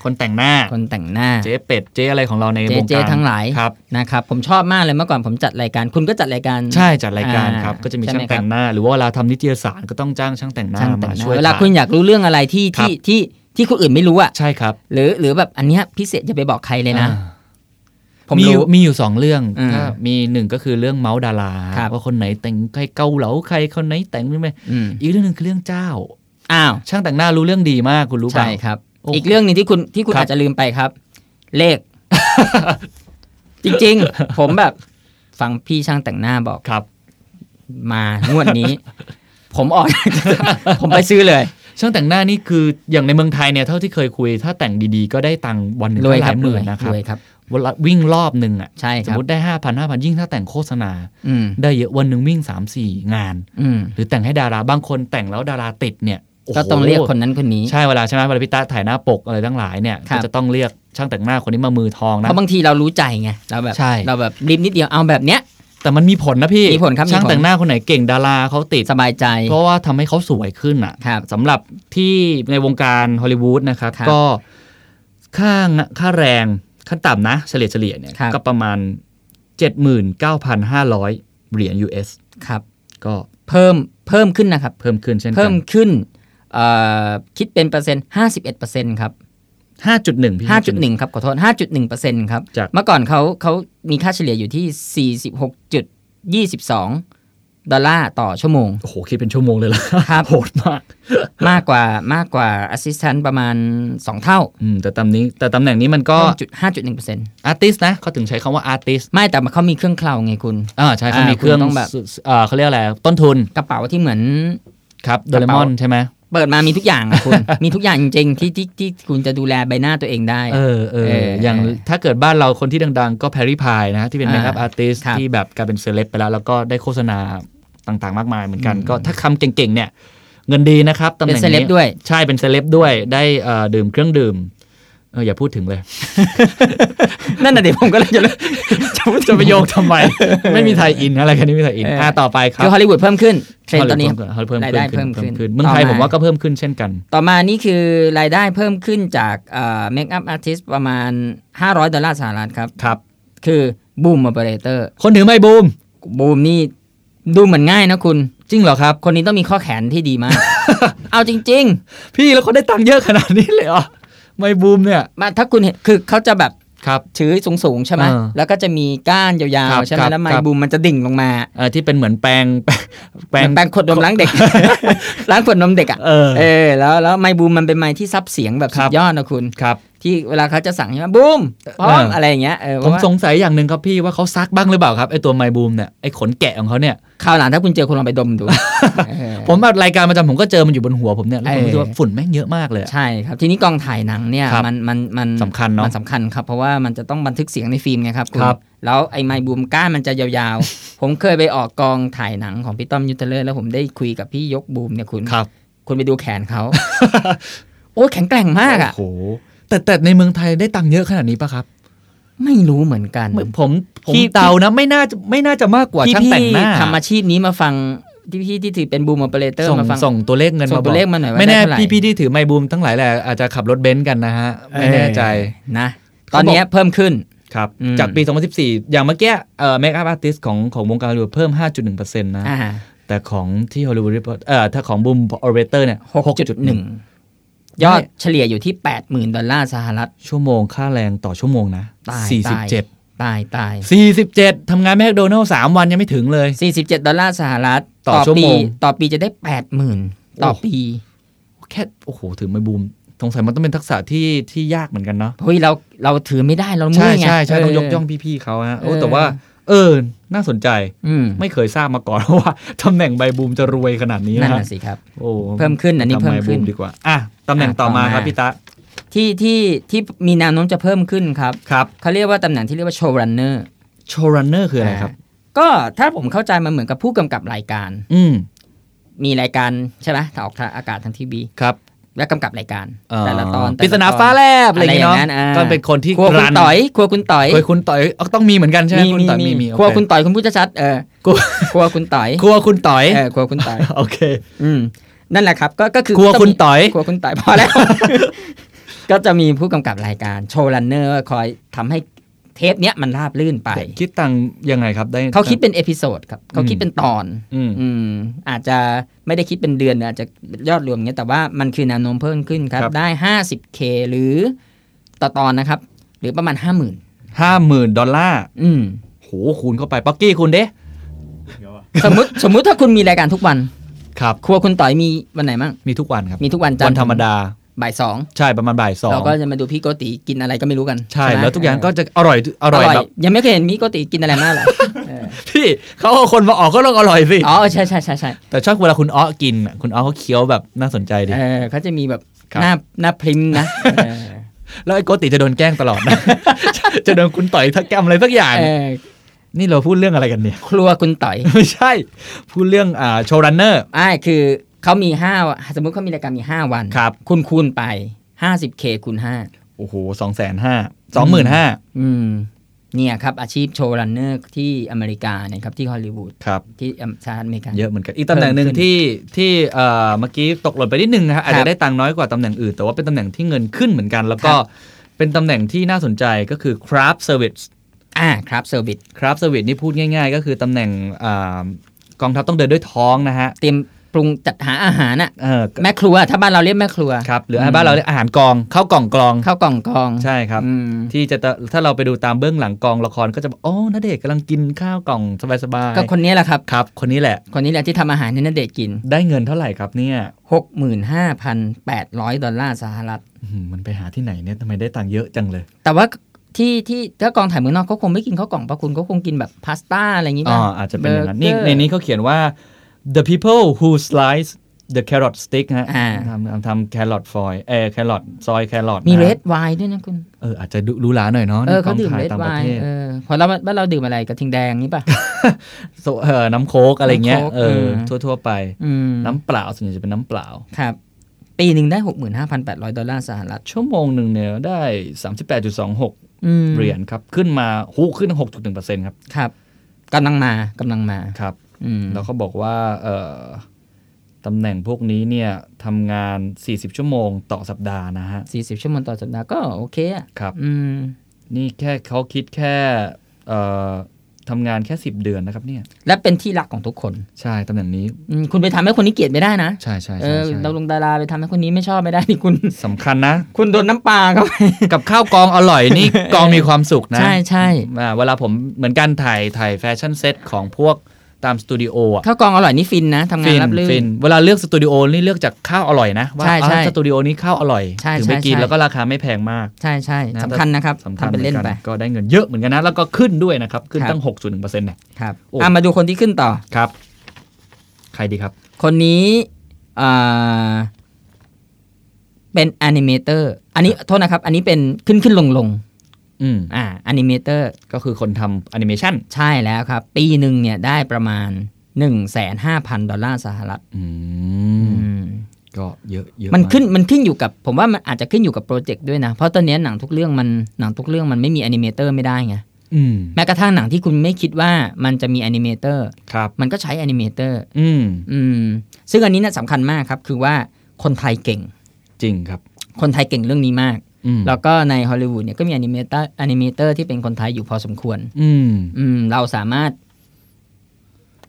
Speaker 2: คนแต่งหน้า
Speaker 3: คนแต่งหน้า
Speaker 2: เจ๊เป็ดเจ๊อะไรของเราใน
Speaker 3: เจ๊
Speaker 2: วง
Speaker 3: เจ๊
Speaker 2: การ
Speaker 3: ทั้งหลาย
Speaker 2: ครับ
Speaker 3: นะครับ ผมชอบมากเลยเมื่อก่อนผมจัดรายการคุณก็จัดรายการ
Speaker 2: ใช่จัดรายการ
Speaker 3: อ่า
Speaker 2: ครับ ก็จะมี
Speaker 3: ใช่
Speaker 2: ช่า
Speaker 3: ไหม
Speaker 2: ง
Speaker 3: ครั
Speaker 2: แต่
Speaker 3: บ
Speaker 2: งหน้า หรือว่าเวลาทำนิตยสารก็ต้องจ้างช่างแต่งหน้า
Speaker 3: ช่างแต่ง
Speaker 2: มา
Speaker 3: หน้า
Speaker 2: ช่วย
Speaker 3: เวลา
Speaker 2: ถ่ย
Speaker 3: คุณอยากรู้เรื่องอะไรที่
Speaker 2: ครับ
Speaker 3: ที่ที่ที่คนอื่นไม่รู้อ่ะ
Speaker 2: ใช่ครับ
Speaker 3: หรือหรือแบบอันเนี้ยพิเศษอย่าไปบอกใครเลยนะ
Speaker 2: อ่า
Speaker 3: ผม
Speaker 2: มีอ
Speaker 3: รู้
Speaker 2: ยู่มีอยู่สองเรื่อง
Speaker 3: อืม
Speaker 2: ถ้ามีหนึ่งก็คือเรื่องเมาส์ดารา
Speaker 3: ครับ
Speaker 2: ว่าคนไหนแต่งใครเกาเหลาใครคนไหนแต่งไม่ไหม
Speaker 3: อืม
Speaker 2: อีกเรื่องหนึ่งคือเรื่องเจ้า
Speaker 3: อ้าว
Speaker 2: ช่างแต่งหน้ารู้เรื่องดีมากคุณรู้เป
Speaker 3: ใช่
Speaker 2: ล่า
Speaker 3: ครับ
Speaker 2: โอ้
Speaker 3: อีกเรื่องหนึงที่คุณที่คุณ
Speaker 2: ครับ
Speaker 3: อาจจะลืมไปครับ เล ข จริงๆ ผมแบบฟังพี่ช่างแต่งหน้าบอก
Speaker 2: ครับ
Speaker 3: มางวด นี้ ผมออก ผมไปซื้อเลย
Speaker 2: ช่างแต่งหน้านี่คืออย่างในเมืองไทยเนี่ยเท่าที่เคยคุย ถ้าแต่งดีๆ ก็ได้ตังค์วันหนึ่ง
Speaker 3: ร
Speaker 2: ก็
Speaker 3: วย
Speaker 2: ห
Speaker 3: ครั
Speaker 2: ลา
Speaker 3: บ
Speaker 2: ยห
Speaker 3: ร
Speaker 2: มื่
Speaker 3: วน ย
Speaker 2: นะครับ
Speaker 3: รวยครับ
Speaker 2: วันละวิ่งรอบหนึ่งอ่ะ
Speaker 3: ใช่
Speaker 2: สม
Speaker 3: ครับ
Speaker 2: มติได้ห้าพันห้าพันยิ่งถ้าแต่งโฆษณา
Speaker 3: อืม
Speaker 2: ได้เยอะวันหนึ่งวิ่ง3ามสี่งาน
Speaker 3: อืม
Speaker 2: หรือแต่งให้ดาราบางคนแต่งแล้วดาราติดเนี่ยโโห
Speaker 3: ก็ต้องเรียกคนนั้นคนนี้
Speaker 2: ใช่เวลาใช่ไหมเวลาพี่ตาถ่ายหน้าปกอะไรทั้งหลายเนี่ย
Speaker 3: ครั
Speaker 2: ก็
Speaker 3: บ
Speaker 2: จะต้องเรียกช่างแต่งหน้าคนนี้มามือทองนะ
Speaker 3: เพราะบางทีเรารู้ใจไงเราแบบ
Speaker 2: ใช่
Speaker 3: เราแบบรีบนิดเดียวเอาแบบเนี้ย
Speaker 2: แต่มันมีผลนะพี่
Speaker 3: มีผลครับมีผล
Speaker 2: ช่างแต่งหน้าคนไหนเก่งดาราเขาติด
Speaker 3: สบายใจ
Speaker 2: เพราะว่าทำให้เขาสวยขึ้นอ่ะ
Speaker 3: ครับ
Speaker 2: สำหรับที่ในวงการฮอลลีวูดนะครับ
Speaker 3: ครับ
Speaker 2: ก็ค่างค่าแรงขั้นต่ำนะ เฉลี่ยเฉลี่ยเนี่ย
Speaker 3: ครับ
Speaker 2: ก็ประมาณ 79,500 เหรียญ US
Speaker 3: ครับ
Speaker 2: ก็
Speaker 3: เพิ่มเพิ่มขึ้นนะครับ
Speaker 2: เพิ่มขึ้นเช่นกั
Speaker 3: เพิ่มขึ้นเอ่อคิดเป็นเปอร์เซ็นต์51%ครับ
Speaker 2: 5.1พี่
Speaker 3: 5.1 ครับ ขอโทษ 5.1%ครับ
Speaker 2: จาก
Speaker 3: เมื่อก่อนเขาเขามีค่าเฉลี่ยอยู่ที่ 46.22 ดอลลาร์ต่อชั่วโมง
Speaker 2: โอ้โห คิดเป็นชั่วโมงเลยล่ะ
Speaker 3: ครับ
Speaker 2: โหดมาก
Speaker 3: มากกว่ามากกว่า assistant ประมาณ 2 เท่า
Speaker 2: อืมแต่ตำนี้แต่ตำแหน่งนี้มันก็
Speaker 3: ก็จุด5.1%
Speaker 2: อาร์ติสนะเขาถึงใช้คำว่าอาร์ติส
Speaker 3: ไม่แต่เขามีเครื่องเคลาไงคุณ
Speaker 2: อ่าใช่เขามี
Speaker 3: อ่า
Speaker 2: เครื่อง
Speaker 3: คุณต้องแบบ
Speaker 2: สุเอ่อเขาเรียกอะไร ต้นทุน
Speaker 3: กระเป๋าที่เหมือน
Speaker 2: ครับโด
Speaker 3: กระ
Speaker 2: เร
Speaker 3: เป๋า
Speaker 2: มอนใช่ไหม
Speaker 3: เปิดมามีทุกอย่างอะ คุณ มีทุกอย่างจริงๆที่ที่ที่คุณจะดูแลใบหน้าตัวเองได้
Speaker 2: เออเออ
Speaker 3: เออ
Speaker 2: อ
Speaker 3: อย่าง
Speaker 2: ถ้าเกิดบ้านเราคนที่ดังๆ ก็แพรรี่พายนะ ที่เป็นเมคอัพอา
Speaker 3: อ่า
Speaker 2: ร์ติส
Speaker 3: ครับ
Speaker 2: ที่แบบกลายเป็นเซเลบไปแล้ว แล้วก็ได้โฆษณาต่างๆ มากมายเหมือนกัน
Speaker 3: อืม
Speaker 2: ก็ถ้าคำเก่งๆเนี่ย เงินดีนะครับตำแห
Speaker 3: เป็น
Speaker 2: น่ง
Speaker 3: เซเลบ
Speaker 2: นี้
Speaker 3: ด้วย
Speaker 2: ใช่เป็นเซเลบด้วยได้เอ่อดื่มเครื่องดื่ม เอออย่าพูดถึงเลย
Speaker 3: นั่นน่ะเดี๋ยวผมก็เลยจะเลยจะพูด
Speaker 2: จะไปโยง
Speaker 3: ถึ
Speaker 2: ทำไม ไม่มีไทยอินอะไรกันไม่มีไทยอิน
Speaker 3: เอออ่
Speaker 2: อ่ะต่อไปค
Speaker 3: ง
Speaker 2: รับ
Speaker 3: คือฮอลลีวูดเพิ่มขึ้นเทรนด์ตอนนี้
Speaker 2: เขาเพิ่ม
Speaker 3: รายได้
Speaker 2: ขึ้น
Speaker 3: เพิ่มขึ้น
Speaker 2: เพิ่มขึ้นเมืองไทย
Speaker 3: ต่อ
Speaker 2: ผม
Speaker 3: มา
Speaker 2: ว่าก็เพิ่มขึ้นเช่นกัน
Speaker 3: ต่อมานี่คือรายได้เพิ่มขึ้นจากเมคอัพอาร์ติสประมาณ 500 ดอลลาร์สหรัฐครับ
Speaker 2: ครับ
Speaker 3: คือบูมอ o เปอเรเตอร์
Speaker 2: คนถือไม้บูม
Speaker 3: บูมนี่ดูเหมือนง่ายนะคุณ
Speaker 2: จริงเหรอครับ
Speaker 3: คนนี้ต้องมีข้อแขนที่ดี มาก เอาจริง
Speaker 2: พี่แล้วเขาได้ตังค์เยอะขนาดนี้เลยเหรอไม้บูมเนี่ย
Speaker 3: ๆ มาถ้าคุณเห็นคือเขาจะแบบ
Speaker 2: ครับ
Speaker 3: ถือสูงๆใช่ไหม
Speaker 2: เออ
Speaker 3: แล้วก็จะมีก้านยา
Speaker 2: ค
Speaker 3: ว
Speaker 2: รับ
Speaker 3: ๆ ใช่ไห
Speaker 2: ค
Speaker 3: ม
Speaker 2: รับ
Speaker 3: แล้วไม
Speaker 2: ครับ
Speaker 3: ค์บูมมันจะดิ่งลงมา
Speaker 2: เอ่อที่เป็นเหมือนแปลง แปลง
Speaker 3: เหมือนแปรงขวดนมล้างเด็ก ล้างขวดนมเด็กอ่ะ
Speaker 2: เออ
Speaker 3: เออแล้วแล้วไมค์บูมมันเป็นไมค์ที่ซับเสียงแบบสุ
Speaker 2: ครั
Speaker 3: ด
Speaker 2: บ
Speaker 3: ยอดนะคุณ
Speaker 2: ครับ
Speaker 3: ที่เวลาเขาจะสั่งใช่ไหมบูมพร้อม
Speaker 2: เอออ
Speaker 3: อะไรอย่างเงี้ยเออเพ
Speaker 2: ผ
Speaker 3: ราะ
Speaker 2: ม
Speaker 3: ว่า
Speaker 2: สงสัยอย่างหนึ่งครับพี่ว่าเขาซักบ้างหรือเปล่าครับไอตัวไมบูมเนี่ยไอขนแกะของเขาเนี่ย
Speaker 3: คราวหลังถ้าคุณเจอคุณลองไปดม ดู เออ
Speaker 2: ผมแบบรายการประจำผมก็เจอมันอยู่บนหัวผมเนี่ยแล้วผม
Speaker 3: เออ
Speaker 2: รู้สึกว่าฝุ่นแม่งเยอะมากเลยอะ
Speaker 3: ใช่ครับ ทีนี้กองถ่ายหนังเนี่ย
Speaker 2: ครับ
Speaker 3: มันมันมัน
Speaker 2: สำคัญเนอะ
Speaker 3: มันสำคัญครับ เพราะว่ามันจะต้องบันทึกเสียงในฟิล์มไงครับณ
Speaker 2: ครับ
Speaker 3: แล้วไอ้ไมค์บูมก้านมันจะยาวๆ ผมเคยไปออกกองถ่ายหนังของพี่ต้อมยุทธเลอร์แล้วผมได้คุยกับพี่ยกบูมเนี่ยคุณ
Speaker 2: ครับ
Speaker 3: คุณไปดูแขนเขา โอ้ยแข็งแกร่งมากอ่ะ
Speaker 2: โอ้โหแต่แต่ในเมืองไทยได้ตังค์เยอะขนาดนี้ปะครับ
Speaker 3: ไม่รู้เหมือนกัน
Speaker 2: ไม่ผมผม
Speaker 3: พี่
Speaker 2: เตานะไม่น่าจะไม่น่าจะมากกว่า
Speaker 3: ที่
Speaker 2: ช่าง
Speaker 3: พี่
Speaker 2: แต่งหน้า
Speaker 3: ทำอาชีพนี้มาฟังที่พี่ที่ถือเป็นบูมอเปอเรเตอร์
Speaker 2: ส่ง
Speaker 3: มาฟัง
Speaker 2: ส่งตัวเลขเงิน
Speaker 3: ส่
Speaker 2: มาง บ
Speaker 3: ตั
Speaker 2: อ
Speaker 3: ว
Speaker 2: ก
Speaker 3: เลขมาหน่อยว่า
Speaker 2: ไม่แน่
Speaker 3: ได้เท่าไหร่
Speaker 2: พี่พี่ที่ถือไมค์บูมทั้งหลายแหละอาจจะขับรถเบนซ์กันนะฮะไม่แน่ใจ
Speaker 3: นะ ตอนเนี้ยเพิ่มขึ้น
Speaker 2: ครับ
Speaker 3: อืม
Speaker 2: จากปี 2014 อย่างเมื่อกี้เอ่อเมคอัพอาร์ติสของของวงการฮอลลีวูดเพิ่ม 5.1%นะ
Speaker 3: อ่า
Speaker 2: แต่ของที่ฮอลลีวูดเอ่อถ้าของบูมออเรเตอร์เนี่ย
Speaker 3: หกจุดหนึ่งยอดเฉลี่ยอยู่ที่แปดหมื่นดอลลาร์สหรัฐ
Speaker 2: ชั่วโมงค่าแรงต่อชั่วโมงนะ
Speaker 3: ตาย
Speaker 2: สี่สิบ
Speaker 3: ตาย
Speaker 2: เจ็ด
Speaker 3: ตายตาย
Speaker 2: 47 ทำงานแมคโดนัลล์สามวันยังไม่ถึงเลย
Speaker 3: 47 ดอลลาร์สหรัฐ
Speaker 2: ต่อชั่วโมง
Speaker 3: ปีต่อปีจะได้ 80,000 ต่อ
Speaker 2: โอ้
Speaker 3: ปี
Speaker 2: แค่ โอ้โห ถึงไม่บูม สงสัยมันต้องเป็นทักษะที่ที่ยากเหมือนกันเนาะ
Speaker 3: เฮ้ยเราเราถือไม่ได้เราเมื่
Speaker 2: ใช่
Speaker 3: อยไง
Speaker 2: ใช่ใช่ต้องยกย่อง
Speaker 3: เ
Speaker 2: พี่ ๆเขาฮะโอ้แต่ว่า เออ น่าสนใจ
Speaker 3: อืม
Speaker 2: ไม่เคยทราบมาก่อน ว่าตำแหน่งใบบูมจะรวยขนาดนี้
Speaker 3: นั่น
Speaker 2: นะ
Speaker 3: น่ะสิครับ
Speaker 2: โอ้
Speaker 3: เพิ่มขึ้นอันนี้เพิ่มขึ้น
Speaker 2: ทำไบูดีกว่า อ่ะ ตำแหน่ง
Speaker 3: อ่ะ
Speaker 2: ต่อมา
Speaker 3: ต่อมา
Speaker 2: ครับพี่ตะ
Speaker 3: ที่ที่ที่มีแนวโน้มจะเพิ่มขึ้นครับ
Speaker 2: ครับ
Speaker 3: เขาเรียกว่าตำแหน่งที่เรียกว่าโชว์รันเนอร์
Speaker 2: โชว์รันเนอร์คืออะไรครับ
Speaker 3: ก็ถ้าผมเข้าใจมันเหมือนกับผู้กำกับรายการ
Speaker 2: อืม
Speaker 3: มีรายการใช่ไหมถ้าออกทางอากาศทางทีวี
Speaker 2: ครับ
Speaker 3: และกำกับรายการ
Speaker 2: เอ่อ
Speaker 3: แต่ละตอนแต่
Speaker 2: ปริ
Speaker 3: ละ
Speaker 2: ศนา
Speaker 3: ตอน
Speaker 2: ฟ้าแลบอะไรอย่างงี้เนาะ
Speaker 3: อะไรอย่างนั้นอ่า
Speaker 2: ก็เป็นคนที่
Speaker 3: ครัวคุณ
Speaker 2: รัน
Speaker 3: ต่อยครัวคุณต่อย
Speaker 2: เคยคุณต่อยเอ้าต้องมีเหมือนกันใช่ไหมคุณต่อยมีมี
Speaker 3: ครัว
Speaker 2: โอเ
Speaker 3: คุณต่อยคุณพูดชัดๆเออ
Speaker 2: ครัว
Speaker 3: ครัวคุณต่อย
Speaker 2: ครัวคุณต่อย
Speaker 3: เออครัวคุณต่อย
Speaker 2: โอเค
Speaker 3: อืมนั่นแหละครับ ก็ก็คือ
Speaker 2: ครัวคุณต๋อย
Speaker 3: ครัวคุณต่อยพอแล้ว ก็จะมีผู้กำกับรายการโชว์รันเนอร์คอยทำให้เทปเนี้ยมันราบลื่นไป
Speaker 2: คิดตังค์ยังไงครับได้
Speaker 3: เขาคิดเป็นเอพิโซดครับ เขาคิดเป็นตอน
Speaker 2: อืม
Speaker 3: อืม อาจจะไม่ได้คิดเป็นเดือนอาจจะยอดรวมเงี้ยแต่ว่ามันคือแนวโน้มเพิ่มขึ้นครับ
Speaker 2: ครับ
Speaker 3: ได้ 50K หรือต่อตอนนะครับ หรือประมาณ 50,000
Speaker 2: ห้าหมื่นดอลลาร์
Speaker 3: อืม
Speaker 2: โหคูณเข้าไปป๊อกกี้คูณเด้
Speaker 3: สมมติสมมติถ้าคุณมีรายการทุกวัน
Speaker 2: ครับ
Speaker 3: ครัวคุณต่อยมีวันไหนบ้าง
Speaker 2: มีทุกวันครับ
Speaker 3: มีทุกวันจันท
Speaker 2: วัน
Speaker 3: ร์
Speaker 2: ธรรมดา
Speaker 3: บ่ายสอง
Speaker 2: ใช่ประมาณบ่ายสอง
Speaker 3: เราก็จะมาดูพี่โกติกินอะไรก็ไม่รู้กัน
Speaker 2: ใช่
Speaker 3: ไหม
Speaker 2: แล้วทุกอย่างก็จะอร่อยอ
Speaker 3: เอออ
Speaker 2: ร่อย
Speaker 3: ร่อย
Speaker 2: แบบ
Speaker 3: ยังไม่เคยเห็นพี่โกติกินอะไรมา กเลยเออ
Speaker 2: พี่เขาเอาคนมาออกก็ต้องอร่อยสิ
Speaker 3: อ๋อใช่ใช่ใช่ใช่
Speaker 2: แต่ชอบเวลาคุณอ้อกินน่ะคุณอ้อเขาเคี้ยวแบบน่าสนใจดิ
Speaker 3: เออเขาจะมีแบบ
Speaker 2: ครับ
Speaker 3: หน้าหน้าพริมนะเออ
Speaker 2: แล้วไอ้โกติจะโดนแกล้งตลอดนะ จะจะโดนคุณต่อยทักแกมอะไรสักอย่าง
Speaker 3: เออ
Speaker 2: นี่เราพูดเรื่องอะไรกันเนี่ย
Speaker 3: ครัวคุณต่อย
Speaker 2: ไม่ใช่ พูดเรื่องอ่าโชว์รันเนอร์
Speaker 3: อ่าคือเขามีห้าสมมติเขามีรายการมีห้าวัน
Speaker 2: ครับ
Speaker 3: คุณคูณไป 50K คูณห้า
Speaker 2: โอ้โหสองแสนห้าสองหมื่นห้า
Speaker 3: อืมเนี่ยครับอาชีพโชว์รันเนอร์ที่อเมริกาเนี่ยครับที่ฮอลลีวูด
Speaker 2: ครับ
Speaker 3: ที่สหรัฐอเมริกา
Speaker 2: เยอะเหมือนกันอีกตำแหน่งหนึ่ง
Speaker 3: เพิ่มขึ้น
Speaker 2: ที่ที่เอ่อเมื่อกี้ตกหล่นไปนิดนึงนะครับอาจ
Speaker 3: ครั
Speaker 2: จะ
Speaker 3: บ
Speaker 2: ได้ตังค์น้อยกว่าตำแหน่งอื่น แต่ว่าเป็นตำแหน่งที่เงินขึ้นเหมือนกัน แล้วก็
Speaker 3: ครับ
Speaker 2: เป็นตำแหน่งที่น่าสนใจก็คือ craft service
Speaker 3: อ่าครับเซอร์วิส
Speaker 2: craft service นี่พูดง่าย ๆ ก็คือตำแหน่งอ่ากองทัพต้องเดินด้วยท้องนะฮะ
Speaker 3: เตรียมปรุงจัดหาอาหารน่ะ
Speaker 2: เออ
Speaker 3: แม่ครัว ถ้าบ้านเราเรียกแม่ครัว
Speaker 2: ครับหรืออาบ้านเราเรียกอาหารกองข้าวกล่องกลอง
Speaker 3: ข้าวกล่องกอง
Speaker 2: ใช่ครับ
Speaker 3: อืม
Speaker 2: ที่จะถ้าเราไปดูตามเบื้องหลังกองละครก็จะบอกอ๋อณเดชน์กำลังกินข้าวกล่องสบาย
Speaker 3: ก็คนนี้แหละครับ
Speaker 2: ๆครับ คนนี้แหละ
Speaker 3: คนนี้แหละที่ทำอาหารให้นเดชน์กิน
Speaker 2: ได้เงินเท่าไหร่ครับเนี่ย
Speaker 3: 65,800 ดอลลาร์สหรัฐ
Speaker 2: อื้อหือมันไปหาที่ไหนเนี่ยทำไมได้ตังค์เยอะจังเลย
Speaker 3: แต่ว่าที่ที่ถ้ากองถ่ายเมืองนอกเขาคงไม่กินข้าวกล่องปะคุณเขาคงกินแบบพาสต้าอะไรอย่างงี้
Speaker 2: อ๋
Speaker 3: ป่ะ
Speaker 2: ออาจจะเป็นอย่างนั้นนี่
Speaker 3: เบอร์เกอร์
Speaker 2: ในนี้เขาเขียนว่า the people who slice the carrot stick ฮะ
Speaker 3: อ่า
Speaker 2: ทำทำทำแครอทฟอยเออแครอทซอยแครอท
Speaker 3: มี
Speaker 2: นะ
Speaker 3: เร
Speaker 2: ฮะ
Speaker 3: ดไวน์ด้วยนะคุณ
Speaker 2: เอออาจจะดูหรูหลาหน่อยเนาะ
Speaker 3: เออ
Speaker 2: ในก
Speaker 3: เขา
Speaker 2: อง
Speaker 3: ดื่ม
Speaker 2: ถ่าย
Speaker 3: เรด
Speaker 2: ต่าง
Speaker 3: ไว
Speaker 2: ประเท
Speaker 3: น์
Speaker 2: ศ
Speaker 3: เออพอเราบ้านเราดื่มอะไรกระทิงแดง นี่ป่ะ
Speaker 2: โซเออน้ำโค้กอะไรเงี้ย
Speaker 3: น้ำโค้ก
Speaker 2: เออ
Speaker 3: เออ
Speaker 2: ทั่ว ๆ ไป
Speaker 3: อืม
Speaker 2: น้ำเปล่าส่วนใหญ่จะเป็นน้ำเปล่า
Speaker 3: ครับ ปีหนึ่งได้ 65,800 ดอลลาร์สหรัฐ
Speaker 2: ชั่วโมงหนึ่งเนี่ยได้ 38.26
Speaker 3: อืม
Speaker 2: เหรียญครับ ขึ้นมาหูขึ้น 6.1%ครับ
Speaker 3: ครับกำลังมากำลังมา
Speaker 2: ครับ
Speaker 3: อืม
Speaker 2: แล้วเขาบอกว่าเอ่อตำแหน่งพวกนี้เนี่ยทำงาน 40 ชั่วโมงต่อสัปดาห์นะฮะ
Speaker 3: 40 ชั่วโมงต่อสัปดาห์ก็โอเคอะ
Speaker 2: ครับ
Speaker 3: อืม
Speaker 2: นี่แค่เขาคิดแค่เอ่อทำงานแค่ 10 เดือนนะครับเนี่ย
Speaker 3: และเป็นที่รักของทุกคน
Speaker 2: ใช่ตำแหน่งนี้
Speaker 3: อืมคุณไปทำให้คนนี้เกลียดไม่ได้นะ
Speaker 2: ใช่ใช่
Speaker 3: เอ
Speaker 2: ใช่
Speaker 3: อ
Speaker 2: ใช่
Speaker 3: ดาลงดาราไปทำให้คนนี้ไม่ชอบไม่ได้นี่คุณ
Speaker 2: สำคัญนะ
Speaker 3: คุณโดนน้ำปลาเข้าไป
Speaker 2: กับข้าวกองอร่อย นี่ กองมีความสุขนะ
Speaker 3: ใช่ใช่
Speaker 2: อ่าเวลาผมเหมือนกันถ่ายถ่ายแฟชั่นเซตของพวกตามสตูดิโออะ
Speaker 3: ข้าวกองอร่อยนี่ฟินนะทำงาน
Speaker 2: ฟิน
Speaker 3: รับรื่
Speaker 2: ฟิ
Speaker 3: น
Speaker 2: นเวลาเลือกสตูดิโอนี่เลือกจากข้าวอร่อยนะ ว่า
Speaker 3: ใช่ใช่
Speaker 2: อ่าสตูดิโอนี้ข้าวอร่อย
Speaker 3: ใช่
Speaker 2: ถึงไปกิน
Speaker 3: ใช่ใช่
Speaker 2: แล้วก็ราคาไม่แพงมาก
Speaker 3: ใช่ใช่
Speaker 2: นะ
Speaker 3: สำคัญนะครับ
Speaker 2: สำคัญ
Speaker 3: ทำเป็นเล่น
Speaker 2: ห
Speaker 3: ไป
Speaker 2: มือกัก็ได้เงินเยอะเหมือนกันนะ แล้วก็ขึ้นด้วยนะครับ ขึ้น
Speaker 3: ครับ
Speaker 2: ตั้ง 6.1%เนี่ย
Speaker 3: ครับ
Speaker 2: โอ้
Speaker 3: อ่ะมาดูคนที่ขึ้นต่อ
Speaker 2: ครับ ใครดีครับ
Speaker 3: คนนี้อ่าเป็นแอนิเมเตอร์อันนี้โทษนะครับ อันนี้เป็นขึ้นขึ้นลงลง
Speaker 2: อืม
Speaker 3: อ่าแอนิเมเตอร์
Speaker 2: ก็คือคนทำแอนิเมชัน
Speaker 3: ใช่แล้วครับ ปีหนึ่งเนี่ยได้ประมาณ 1 5 0 0 0 ดอลลาร์สหรัฐ
Speaker 2: อื
Speaker 3: อื
Speaker 2: ม
Speaker 3: ม
Speaker 2: ก็เยอะเย
Speaker 3: มัน
Speaker 2: อะาก
Speaker 3: ขึ้นมันขึ้นอยู่กับ ผมว่ามันอาจจะขึ้นอยู่กับโปรเจกต์ด้วยนะ เพราะตอนเนี้ยหนังทุกเรื่องมันหนังทุกเรื่องมันไม่มีแอนิเมเตอร์ไม่ได้ไง
Speaker 2: อืม
Speaker 3: แม้กระทั่งหนังที่คุณไม่คิดว่ามันจะมีแอนิเมเตอร์
Speaker 2: ครับ
Speaker 3: มันก็ใช้แอนิเมเตอร์
Speaker 2: อืม
Speaker 3: อืมซึ่งอันนี้น่ะสำคัญมากครับ คือว่าคนไทยเก่ง
Speaker 2: จริงครับ
Speaker 3: คนไทยเก่งเรื่องนี้มาก
Speaker 2: อืม
Speaker 3: แล้วก็ในฮอลลีวูดเนี่ยก็มีแอนิเมเตอร์แอนิเมเตอร์ที่เป็นคนไทยอยู่พอสมควร
Speaker 2: อืม
Speaker 3: อืม เราสามารถ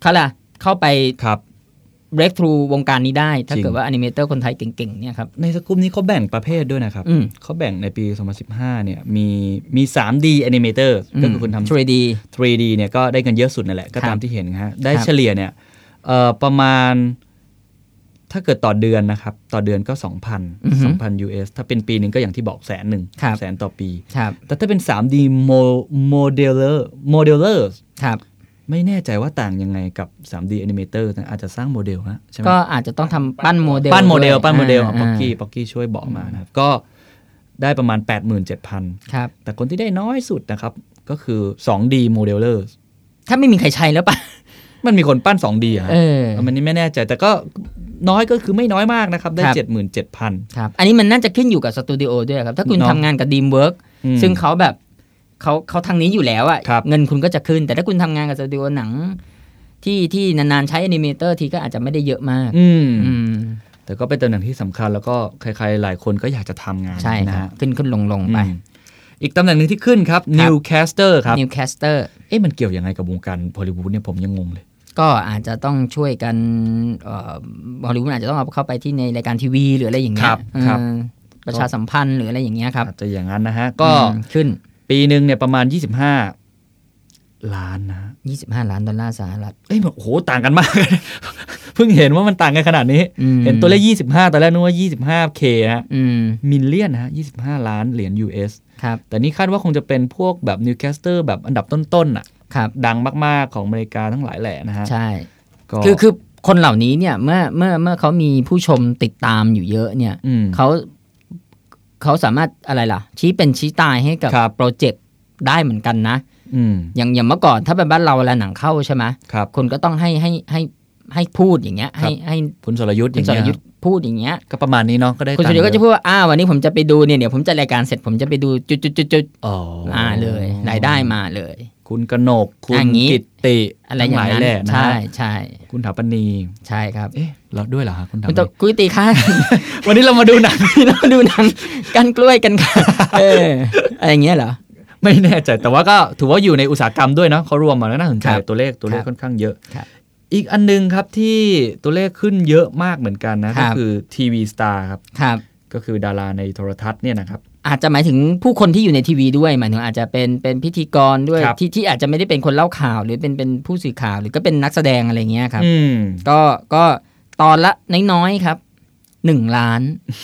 Speaker 3: เขาล่ะเข้าไป
Speaker 2: ครับ
Speaker 3: break through วงการนี้ได้ ถ้า
Speaker 2: จริง
Speaker 3: เกิดว่าแอนิเมเตอร์คนไทยเก่งๆเนี่ยครับ
Speaker 2: ในสกุปนี้เขาแบ่งประเภทด้วยนะครับ
Speaker 3: อืม
Speaker 2: เขาแบ่งในปี 2015 เนี่ย มี มี 3D Animator ก็คือคนทำ
Speaker 3: ม 3D
Speaker 2: d เนี่ย ก็ได้เงินเยอะสุดนั่นแหละ ก็ตาม
Speaker 3: ครับ
Speaker 2: ที่เห็นนะฮะ ได้
Speaker 3: ครับ
Speaker 2: เฉลี่ยเนี่ยเอ่อประมาณ ถ้าเกิดต่อเดือนนะครับ ต่อเดือนก็ 2,000 2,000 US ถ้าเป็นปีหนึ่งก็อย่างที่บอกแสนหนึ่ง
Speaker 3: ครับ
Speaker 2: แสนต่อปี
Speaker 3: ครับ
Speaker 2: แต่ถ้าเป็น 3D mo- Modeler Modelers
Speaker 3: ครับ
Speaker 2: ไม่แน่ใจว่าต่างยังไงกับ 3D Animator นะ อาจจะสร้างโมเดลฮะใช่ไหม
Speaker 3: ก็อาจจะต้องทำปั้นโมเดล
Speaker 2: ปั้นโมเดล
Speaker 3: วย
Speaker 2: ปั้นโมเดล
Speaker 3: อ่า
Speaker 2: ป๊อกกี้ป๊อกกี้ช่วยบอกมานะครับ ก็ได้ประมาณ 87,000
Speaker 3: ครับ
Speaker 2: แต่คนที่ได้น้อยสุดนะครับ ก็คือ 2D modelers
Speaker 3: ถ้าไม่มีใครใช้แล้วป่ะ
Speaker 2: มันมีคนปั้น 2D อะฮะ
Speaker 3: เออ
Speaker 2: มันนี่ไม่แน่ใจ แต่ก็น้อยก็คือไม่น้อยมากนะครับ ได้
Speaker 3: ครับ
Speaker 2: 77,000
Speaker 3: ครับ อันนี้มันน่าจะขึ้นอยู่กับสตูดิโอด้วยครับ ถ้าคุณ
Speaker 2: เนอะ
Speaker 3: ทำงานกับ Dreamwork
Speaker 2: อืม
Speaker 3: ซึ่งเขาแบบเขาเขาทางนี้อยู่แล้ว
Speaker 2: ครั
Speaker 3: อะ่ะ
Speaker 2: บ
Speaker 3: เงินคุณก็จะขึ้น แต่ถ้าคุณทำงานกับสตูดิโอหนัง ที่ที่นานๆใช้อนิเมเตอร์ทีก็อาจจะไม่ได้เยอะมาก
Speaker 2: อืม
Speaker 3: อืม
Speaker 2: แต่ก็เป็นตำแหน่งที่สำคัญแล้วก็ใครๆ หลายคนก็อยากจะทำงาน
Speaker 3: ใช่
Speaker 2: นะครับ ฮะ
Speaker 3: ขึ้นขึ้นลงลงไป
Speaker 2: อืมอีกตำแหน่งหนึ่งที่ขึ้นครับ
Speaker 3: ครับ
Speaker 2: newcaster ครับ
Speaker 3: นิวแคสเตอร์
Speaker 2: เอ๊ะมันเกี่ยวยังไงกับวงการพอลลีวูดเนี่ยผมยังงงเลย
Speaker 3: ก็อาจจะต้องช่วยกันบริวารอาจจะต้องเอาเข้าไปที่ในรายการทีวีหรืออะไรอย่าง
Speaker 2: ค
Speaker 3: เงี้
Speaker 2: รั
Speaker 3: ย
Speaker 2: บครับ
Speaker 3: เออประชาสัมพันธ์หรืออะไรอย่างเงี้ยครับ
Speaker 2: อาจจะอย่างนั้นนะฮะก็
Speaker 3: อืมขึ้น
Speaker 2: ปีหนึ่งเนี่ยประมาณ 25 ล้านนะ
Speaker 3: 25 ล้านดอลลาร์สหรัฐ
Speaker 2: เอ้ย โอ้โห ต่างกันมาก เพิ่งเห็นว่ามันต่างกันขนาดนี้
Speaker 3: อืม
Speaker 2: เห็นตัวเลข 25 ตอนแรกนึกว่า 25K นะฮะ
Speaker 3: อืม
Speaker 2: มิลเลียนนะฮะ 25 ล้านเหรียญ US
Speaker 3: ครับ
Speaker 2: แต่นี่คาดว่าคงจะเป็นพวกแบบนิวแคสเตอร์แบบอันดับต้นๆอ่ะ
Speaker 3: ครับ
Speaker 2: ดังมากๆของอเมริกาทั้งหลายแหละนะฮะ
Speaker 3: ใช่
Speaker 2: ก็
Speaker 3: คือคือคนเหล่านี้เนี่ยเมื่อเมื่อเมื่อเขามีผู้ชมติดตามอยู่เยอะเนี่ย
Speaker 2: ม
Speaker 3: เขาเขาสามารถอะไรล่ะ ชี้เป็นชี้ตายให้กับ
Speaker 2: ครับ
Speaker 3: โปรเจกต์ได้เหมือนกันนะ
Speaker 2: อืม
Speaker 3: อย่างอย่างเมื่อก่อนถ้าเป็นบ้านเราเวลาหนังเข้าใช่ไหม
Speaker 2: ครับ
Speaker 3: คนก็ต้องให้ให้ให้ให้พูดอย่างเงี้ย
Speaker 2: ครั
Speaker 3: ให้
Speaker 2: บ
Speaker 3: ให้
Speaker 2: คุณสรยุทธ์อ
Speaker 3: คุ
Speaker 2: ย่า
Speaker 3: ณ
Speaker 2: ง
Speaker 3: สร
Speaker 2: เงี้ย
Speaker 3: ยุทธ์พูดอย่างเงี้ย
Speaker 2: ก็ประมาณนี้เนาะ ก็ได้
Speaker 3: คุณสรยุทธ์ก็
Speaker 2: ตัง
Speaker 3: จะ
Speaker 2: ค์เย
Speaker 3: พูดว่าอ้าววันนี้ผมจะไปดูเนี่ยเดี๋ยวผมจะรายการเสร็จผมจะไปดูจุดจุดจุดจุด
Speaker 2: อ๋ออ่า
Speaker 3: อ่าเลยรายได้มาเลย
Speaker 2: คุณกนก คุ
Speaker 3: อ
Speaker 2: ณ
Speaker 3: ย่างงี้
Speaker 2: กิตติ
Speaker 3: อะไรอย่าง
Speaker 2: ทั้หล
Speaker 3: นั้น
Speaker 2: แหละนะ
Speaker 3: ใช่
Speaker 2: ฮะ
Speaker 3: ใช่
Speaker 2: คุณถาปณี
Speaker 3: ใช่ครับ
Speaker 2: เอ๊ะเราด้วยเหรอฮะคุณถาป
Speaker 3: คุณ
Speaker 2: ณี
Speaker 3: ตะกุยตีค่ะ
Speaker 2: วันนี้เรามาดูหนัง
Speaker 3: เราดูหนังกันกล้วยกัน ค่ะเอออะไรอย่างเงี้ยเหรอ
Speaker 2: ไม่แน่ใจ แต่ว่าก็ถือว่าอยู่ในอุตสาหกรรมด้วยเนาะเขารวมมาแล้วน่าสนใจ
Speaker 3: ครับ
Speaker 2: ตัวเลขตัวเลข
Speaker 3: ค
Speaker 2: ค่
Speaker 3: รับ
Speaker 2: อนข้างเยอะ
Speaker 3: ครับ
Speaker 2: อีกอันนึงครับที่ตัวเลขขึ้นเยอะมากเหมือนกันนะ
Speaker 3: ครั
Speaker 2: ก็
Speaker 3: บ
Speaker 2: คือทีวีสตาร์ครับ
Speaker 3: ครับ
Speaker 2: ก็คือดาราในโทรทัศน์เนี่ยนะครับ
Speaker 3: อาจจะหมายถึงผู้คนที่อยู่ในทีวีด้วยหมายถึงอาจจะเป็นเป็นพิธีกรด้วย
Speaker 2: ครับ
Speaker 3: ที่ที่อาจจะไม่ได้เป็นคนเล่าข่าว หรือเป็นเป็นผู้สื่อข่าวหรือก็เป็นนักแสดงอะไรอย่างเงี้ยครับ
Speaker 2: อืม
Speaker 3: ก็ก็ตอนละน้อยๆครับหนึ่งล้าน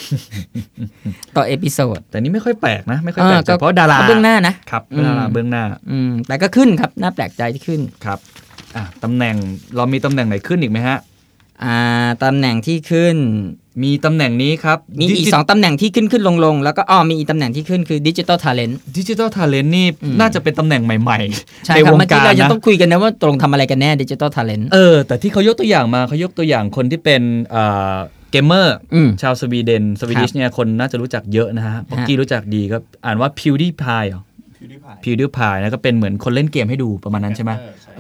Speaker 3: ต่อเอพิโซด
Speaker 2: แต่นี่ไม่ค่อยแปลกนะ ไม่ค่อยแปลกใจเพราะดารา
Speaker 3: เบื้องหน้านะ
Speaker 2: ครับ
Speaker 3: อืม
Speaker 2: ดาราเบื้องหน้า
Speaker 3: อืมแต่ก็ขึ้นครับน่าแปลกใจที่ขึ้น
Speaker 2: ครับอ่ะตำแหน่งเรามีตำแหน่งไหนขึ้นอีกไหมฮะ
Speaker 3: อ่าตำแหน่งที่ขึ้น
Speaker 2: มีตำแหน่งนี้ครับ
Speaker 3: มีอีกสองตำแหน่งที่ขึ้นขึ้นลงลงๆแล้วก็อ๋อมีอีกตำแหน่งที่ขึ้นคือดิจิตอลทาเลน
Speaker 2: ดิจิทัลทาเลนนี่
Speaker 3: อืม
Speaker 2: น่าจะเป็นตำแหน่งใหม่ๆ
Speaker 3: ใช่
Speaker 2: ใน
Speaker 3: ครับ
Speaker 2: วง
Speaker 3: เมื่อ
Speaker 2: การ
Speaker 3: กี้
Speaker 2: นะ
Speaker 3: เราจะต้องคุยกันนะว่าตรงทำอะไรกันแน่ดิจิตอลท a l e n t
Speaker 2: เออแต่ที่เขายกตัวอย่างมาเขายกตัวอย่างคนที่เป็นเอ่อ เกมเมอร์
Speaker 3: อืม
Speaker 2: ชาวสวีเดน สวีดิชเนี่ยคนน่าจะรู้จักเยอะนะฮะป๊อกกี้รู้จักดีก็อ่านว่าพิวดี้พายพิวดี้พายนะก็เป็นเหมือนคนเล่นเกมให้ดูประมาณนั้นใช่ไหม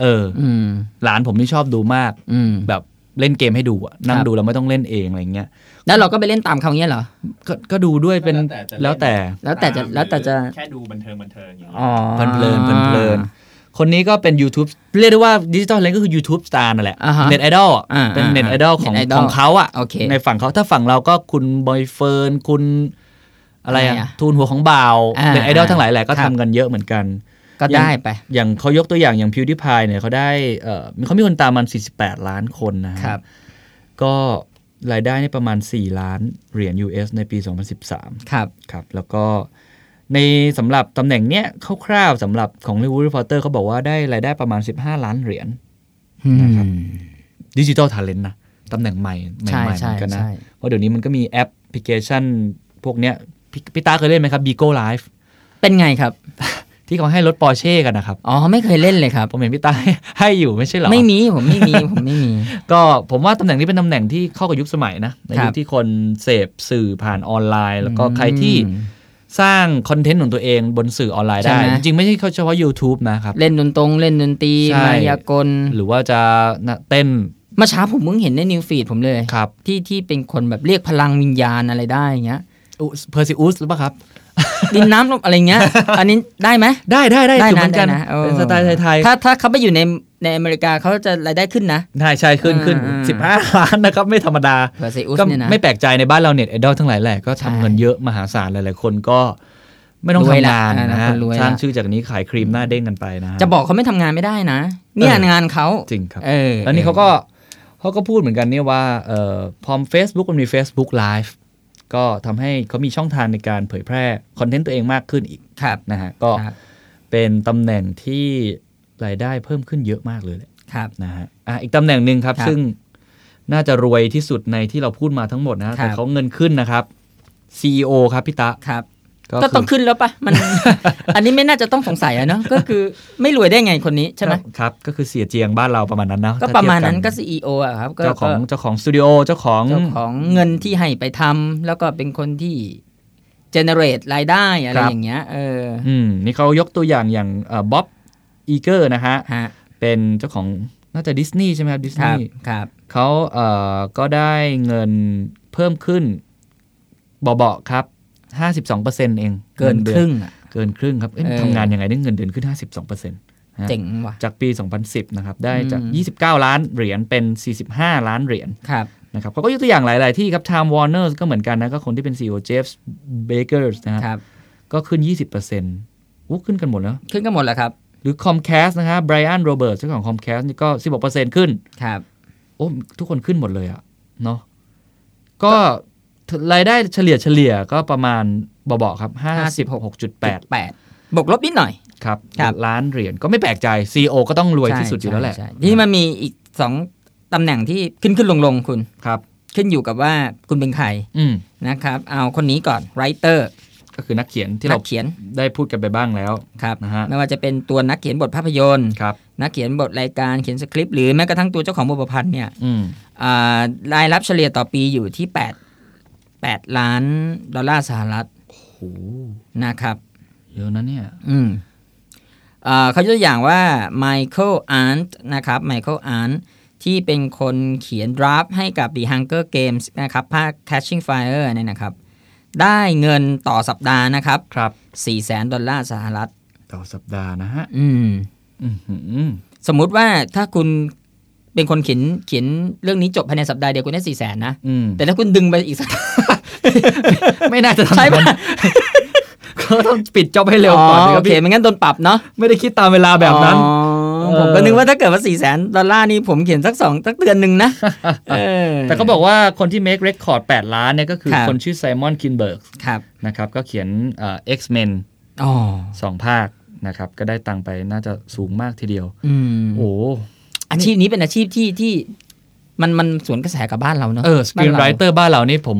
Speaker 2: เออ
Speaker 3: อืม
Speaker 2: หลานผมนี่ชอบดูมาก
Speaker 3: อืม
Speaker 2: แบบเล่นเกมให้ดูอะนั่ง
Speaker 3: ครับ
Speaker 2: ดูเราไม่ต้องเล่นเองอะไรเงี้ย
Speaker 3: แล้วเราก็ไปเล่นตามเขาอย่างเงี้ยเหรอ
Speaker 2: ก็ก็ดูด้วยเป็น
Speaker 4: แล้
Speaker 2: แล้ว
Speaker 4: วแต่
Speaker 2: แต่
Speaker 4: จะ
Speaker 3: แล้วแต่จะ
Speaker 4: ตามหรื
Speaker 3: แล้วแต่จะ
Speaker 4: อแค่ดูบันเทิงบันเทิงอย่างเงี้ย
Speaker 3: อ๋อ
Speaker 2: เพลินเพลินเพลินเพลินคนนี้ก็เป็น YouTube เรียกได้ว่าดิจิตอลเลนก็คือ YouTube Star นั่นแหละ
Speaker 3: อ่าฮะ
Speaker 2: เน็ตไอดอล
Speaker 3: อ่า
Speaker 2: เป็น
Speaker 3: อ่า
Speaker 2: เน็ตไอดอลของ
Speaker 3: Net Idol
Speaker 2: ของเขาอะ
Speaker 3: โอเค
Speaker 2: ในฝั่งเขาถ้าฝั่งเราก็คุณบอยเฟิร์นคุณอะไร
Speaker 3: อะไร
Speaker 2: อะ
Speaker 3: อะ
Speaker 2: ทูนหัวของบ่าว
Speaker 3: อ่า
Speaker 2: เน็ตไอดอลทั้งหลายแหละก็
Speaker 3: ครับ
Speaker 2: ทำกันเยอะเหมือนกัน
Speaker 3: ก็ได้ไป
Speaker 2: อย่างเขายกตัวอย่างอย่างพิวดิพายเนี่ยเขาได้เอ่อเขามีคนตามมัน 48 ล้านคนนะฮะ
Speaker 3: ครับ
Speaker 2: ก็รายได้เนี่ยประมาณ 4 ล้านเหรียญ US ในปี 2013
Speaker 3: ครับ
Speaker 2: ครับ แล้วก็ในสำหรับตำแหน่งเนี้ยคร่าวๆสำหรับของ Hollywood Reporter เขาบอกว่าได้รายได้ประมาณ 15 ล้านเหรียญ นะครับ ดิจิ t a ลท l e n t นะ ตำแหน่งใหม่ใหม่
Speaker 3: ใช่
Speaker 2: ๆเหมือ
Speaker 3: ใช่
Speaker 2: นกันนะ
Speaker 3: ใช่
Speaker 2: เพราะเดี๋ยวนี้มันก็มีแอปพลิเคชันพวกเนี้ยพี่พี่ตาเคยเล่นไหมครับ Bigo Live
Speaker 3: เป็นไงครับ
Speaker 2: ที่เขาให้รถปอร์เช่กันนะครับ
Speaker 3: อ๋อไม่เคยเล่นเลยครับ
Speaker 2: ผมเห็นพี่ตาให้ให้อยู่ไม่ใช่เหรอ
Speaker 3: ไม่มีผมไม่มี ผมไม่มี
Speaker 2: ก็ผมว่าตำแหน่งนี้เป็นตำแหน่งที่เข้ากับยุคสมัยนะใน
Speaker 3: ครั
Speaker 2: ยุ
Speaker 3: บ
Speaker 2: คที่คนเสพสื่อผ่านออนไลน์ แล้วก็ใครที่
Speaker 3: อืม
Speaker 2: สร้างคอนเทนต์ของตัวเองบนสื่อออนไลน์
Speaker 3: ใช่
Speaker 2: ได้
Speaker 3: ไหม
Speaker 2: จริงๆ ไม่ใช่เฉพาะ YouTube นะครับ
Speaker 3: เล่นดนตรงเล่นดนตรี
Speaker 2: ใช่
Speaker 3: มายากล
Speaker 2: หรือว่าจะนะเต้น
Speaker 3: เมื่อเช้าผมเพิ่งเห็นในนิวฟีดผมเลย
Speaker 2: ครับ
Speaker 3: ที่ที่เป็นคนแบบเรียกพลังวิญญาณอะไรได้อย่างเงี้ย
Speaker 2: เพอร์ซิอุสหรือเปล่าครับ
Speaker 3: ดินน้ำลมอะไร เงี้ย อันนี้ได้ไหม
Speaker 2: ได้ได้ได้
Speaker 3: ได้
Speaker 2: ถือ
Speaker 3: นะ
Speaker 2: เหมือนกัน
Speaker 3: ได้นะเออ
Speaker 2: เป็นสไตล์ไทย
Speaker 3: ถ้าถ้าเขาไปอยู่ในในอเมริกาเขาจะรายได้ขึ้นนะ
Speaker 2: ๆใช่ใช่ขึ้นขึ้น
Speaker 3: อืม
Speaker 2: 15 ล้านนะครับ ไม่ธรรมดา
Speaker 3: เผื่อเซอุส
Speaker 2: ก็
Speaker 3: เนี่ยนะ
Speaker 2: ไม่แปลกใจในบ้านเราเน็ตไอดอลทั้งหลายแหละก็ทำเงินเยอะมหาศาลหลายๆคนก็ไม่ต้อง
Speaker 3: รวย
Speaker 2: ทำ
Speaker 3: ละ
Speaker 2: งาน
Speaker 3: อ่า
Speaker 2: นะฮะ
Speaker 3: คนรวยละ
Speaker 2: สร้างชื่อจากนี้ขายครีมหน้าเด้งกันไปนะฮะ
Speaker 3: จะบอกเขาไม่ทำงานไม่ได้นะ เนี่ยงานเขา
Speaker 2: จริงครับ
Speaker 3: เออ
Speaker 2: แล้วนี่เขาก็เขาก็พูดเหมือนกันเนี่ยว่าเอ่อพอม Facebook มันมี Facebook Live ก็ทำให้เขามีช่องทางในการเผยแพร่คอนเทนต์ตัวเองมากขึ้นอีก
Speaker 3: ครับ
Speaker 2: นะฮะก็
Speaker 3: ครับ
Speaker 2: เป็นตำแหน่งที่รายได้เพิ่มขึ้นเยอะมากเลยแหละ
Speaker 3: ครับ
Speaker 2: นะฮะอ่ะอีกตำแหน่งหนึ่งครับ
Speaker 3: ครับ
Speaker 2: ซึ่งน่าจะรวยที่สุดในที่เราพูดมาทั้งหมดนะฮะ
Speaker 3: ครับ
Speaker 2: แต่เขาเงินขึ้นนะครับ CEO ครับพี่ตะ
Speaker 3: ครับ
Speaker 2: ก็
Speaker 3: ก็ต้อง
Speaker 2: คื
Speaker 3: ขึ้นแล้วปะมัน อันนี้ไม่น่าจะต้องสงสัยอะเนาะก็คือไม่รวยได้ไงคนนี้ใช่ไหม
Speaker 2: ครับครับ ก็คือเสียเจียงบ้านเราประมาณนั้นนะ
Speaker 3: ก็
Speaker 2: ถ้
Speaker 3: ประมาณ
Speaker 2: เทียบ
Speaker 3: นั้นก็ซีอีโออะครับก็
Speaker 2: เจ้าของ
Speaker 3: ก็
Speaker 2: เจ้าของสตูดิโอเจ้าของ
Speaker 3: เจ้าของเงินที่ให้ไปทำแล้วก็เป็นคนที่ generate รายได้อะไร
Speaker 2: ครับ
Speaker 3: อย่างเงี้ยเออ
Speaker 2: อืมนี่เขายกตัวอย่างอย่างบ๊อบอีเกอร์นะฮะ
Speaker 3: ฮะ
Speaker 2: เป็นเจ้าของน่าจะดิสนีย์ใช่ไหมครับดิส
Speaker 3: ค
Speaker 2: นี
Speaker 3: รับ
Speaker 2: ย์
Speaker 3: ครับ
Speaker 2: เขาเอ่อก็ได้เงินเพิ่มขึ้นเบาๆครับ 52%เอง
Speaker 3: เกินครึ่งอะ
Speaker 2: เกินครึ่งครับเอ้ย
Speaker 3: เออ
Speaker 2: ทำงานยังไงได้เงินเดือนขึ้น 52%นะฮะ
Speaker 3: เจ๋งว่ะ
Speaker 2: จากปี 2010 นะครับ ได้จาก
Speaker 3: อืม
Speaker 2: 29 ล้านเหรียญเป็น 45 ล้านเหรียญ
Speaker 3: ครับ
Speaker 2: นะครับเขาก็ยกตัวอย่างหลาย ๆ ที่ครับ Time Warner ก็เหมือนกันนะ ก็คนที่เป็น CEO Jeff Bezos นะฮะ
Speaker 3: ครับ
Speaker 2: ก็ขึ้น 20%อู้ขึ้นกันหมดแล้ว
Speaker 3: ขึ้นกันหมดแล้วครับ
Speaker 2: หรือ Comcast นะฮะ Brian Roberts เจ้าของ Comcast นี่ก็ 16%ขึ้น
Speaker 3: ครับ
Speaker 2: โอ้ ทุกคนขึ้นหมดเลยอะเนาะก็รายได้เฉลี่ยเฉลี่ยก็ประมาณเบาๆครับ 56.8
Speaker 3: แปดบวกลบนิดหน่อย
Speaker 2: ครับ
Speaker 3: ครับ
Speaker 2: ล้านเหรียญก็ไม่แปลกใจ CEO ก็ต้องรวยที่สุดอยู่แล้วแหละ
Speaker 3: ใช่ใช่ที่มันมีอีกสองตำแหน่งที่ขึ้นขึ้นลงลงคุณ
Speaker 2: ครับ
Speaker 3: ขึ้นอยู่กับว่าคุณเป็นใคร
Speaker 2: อืม
Speaker 3: นะครับ เอาคนนี้ก่อนไรเตอร์
Speaker 2: ก็คือนักเขียนที่
Speaker 3: นั
Speaker 2: เรา
Speaker 3: กเขียน
Speaker 2: ได้พูดกันไปบ้างแล้ว
Speaker 3: ครับ
Speaker 2: นะฮะ
Speaker 3: ไม่ว่าจะเป็นตัวนักเขียนบทภาพยนตร์
Speaker 2: ครับ
Speaker 3: นักเขียนบทรายการเขียนสคริปต์หรือแม้กระทั่งตัวเจ้าของบทประพันธ์เนี่ย
Speaker 2: อืม
Speaker 3: อ่ารายรับเฉลี่ยต่อปีอยู่ที่ 8 8 ล้านดอลลาร์สหรัฐ
Speaker 2: โห
Speaker 3: นะครับ
Speaker 2: เยอะนะเนี่ย
Speaker 3: อืมอ่าเขายกตัวอย่างว่าไมเคิลอาร์นนะครับไมเคิลอาร์นที่เป็นคนเขียนดราฟให้กับ The Hunger Games นะครับ ภาค Catching Fire เนี่ยนะครับ ได้เงินต่อสัปดาห์นะครับ
Speaker 2: ครับ
Speaker 3: 4แสนดอลลาร์สหรัฐ
Speaker 2: ต่อสัปดาห์นะฮะ
Speaker 3: อืม
Speaker 2: อือหือ
Speaker 3: สมมุติว่าถ้าคุณเป็นคนเขียนเขียนเรื่องนี้จบภายในสัปดาห์เดียวคุณได้4แสนนะ
Speaker 2: อืม
Speaker 3: แต่ถ้าคุณดึงไปอีกสัป ดาห์
Speaker 2: ไม่น่าจะ ทำ
Speaker 3: ใช่ปะ
Speaker 2: เขาต้องปิดจอบให้เร็วก่อน
Speaker 3: อ๋อ
Speaker 2: นะค
Speaker 3: โอ
Speaker 2: รับ
Speaker 3: เค
Speaker 2: พี่
Speaker 3: ไม่งั้นโดนปรับเนาะ
Speaker 2: ไม่ได้คิดตามเวลาแบบนั้น
Speaker 3: อ๋อ
Speaker 2: เออ
Speaker 3: ผมก็นึกว่าถ้าเกิดว่าสี่แสนดอลลาร์นี่ผมเขียนสักสองสักเดือนหนึ่ง นะเออ
Speaker 2: แต่เขาบอกว่าคนที่ make record 8 ล้านเนี่ยก็คือ
Speaker 3: ครับ
Speaker 2: คนชื่อไซมอนคินเบิร์ก
Speaker 3: ครับ
Speaker 2: นะครับก็เขียนเอ่อ X-Men
Speaker 3: อ๋อ
Speaker 2: สองภาคนะครับก็ได้ตังค์ไปน่าจะสูงมากทีเดียว
Speaker 3: อืม
Speaker 2: โอ้
Speaker 3: อาชีพนี้เป็นอาชีพที่ที่มันมันสวนกระแสกับบ้านเราเนาะ
Speaker 2: เออ
Speaker 3: บ้าน
Speaker 2: screenwriter บ้านเรานี่ผม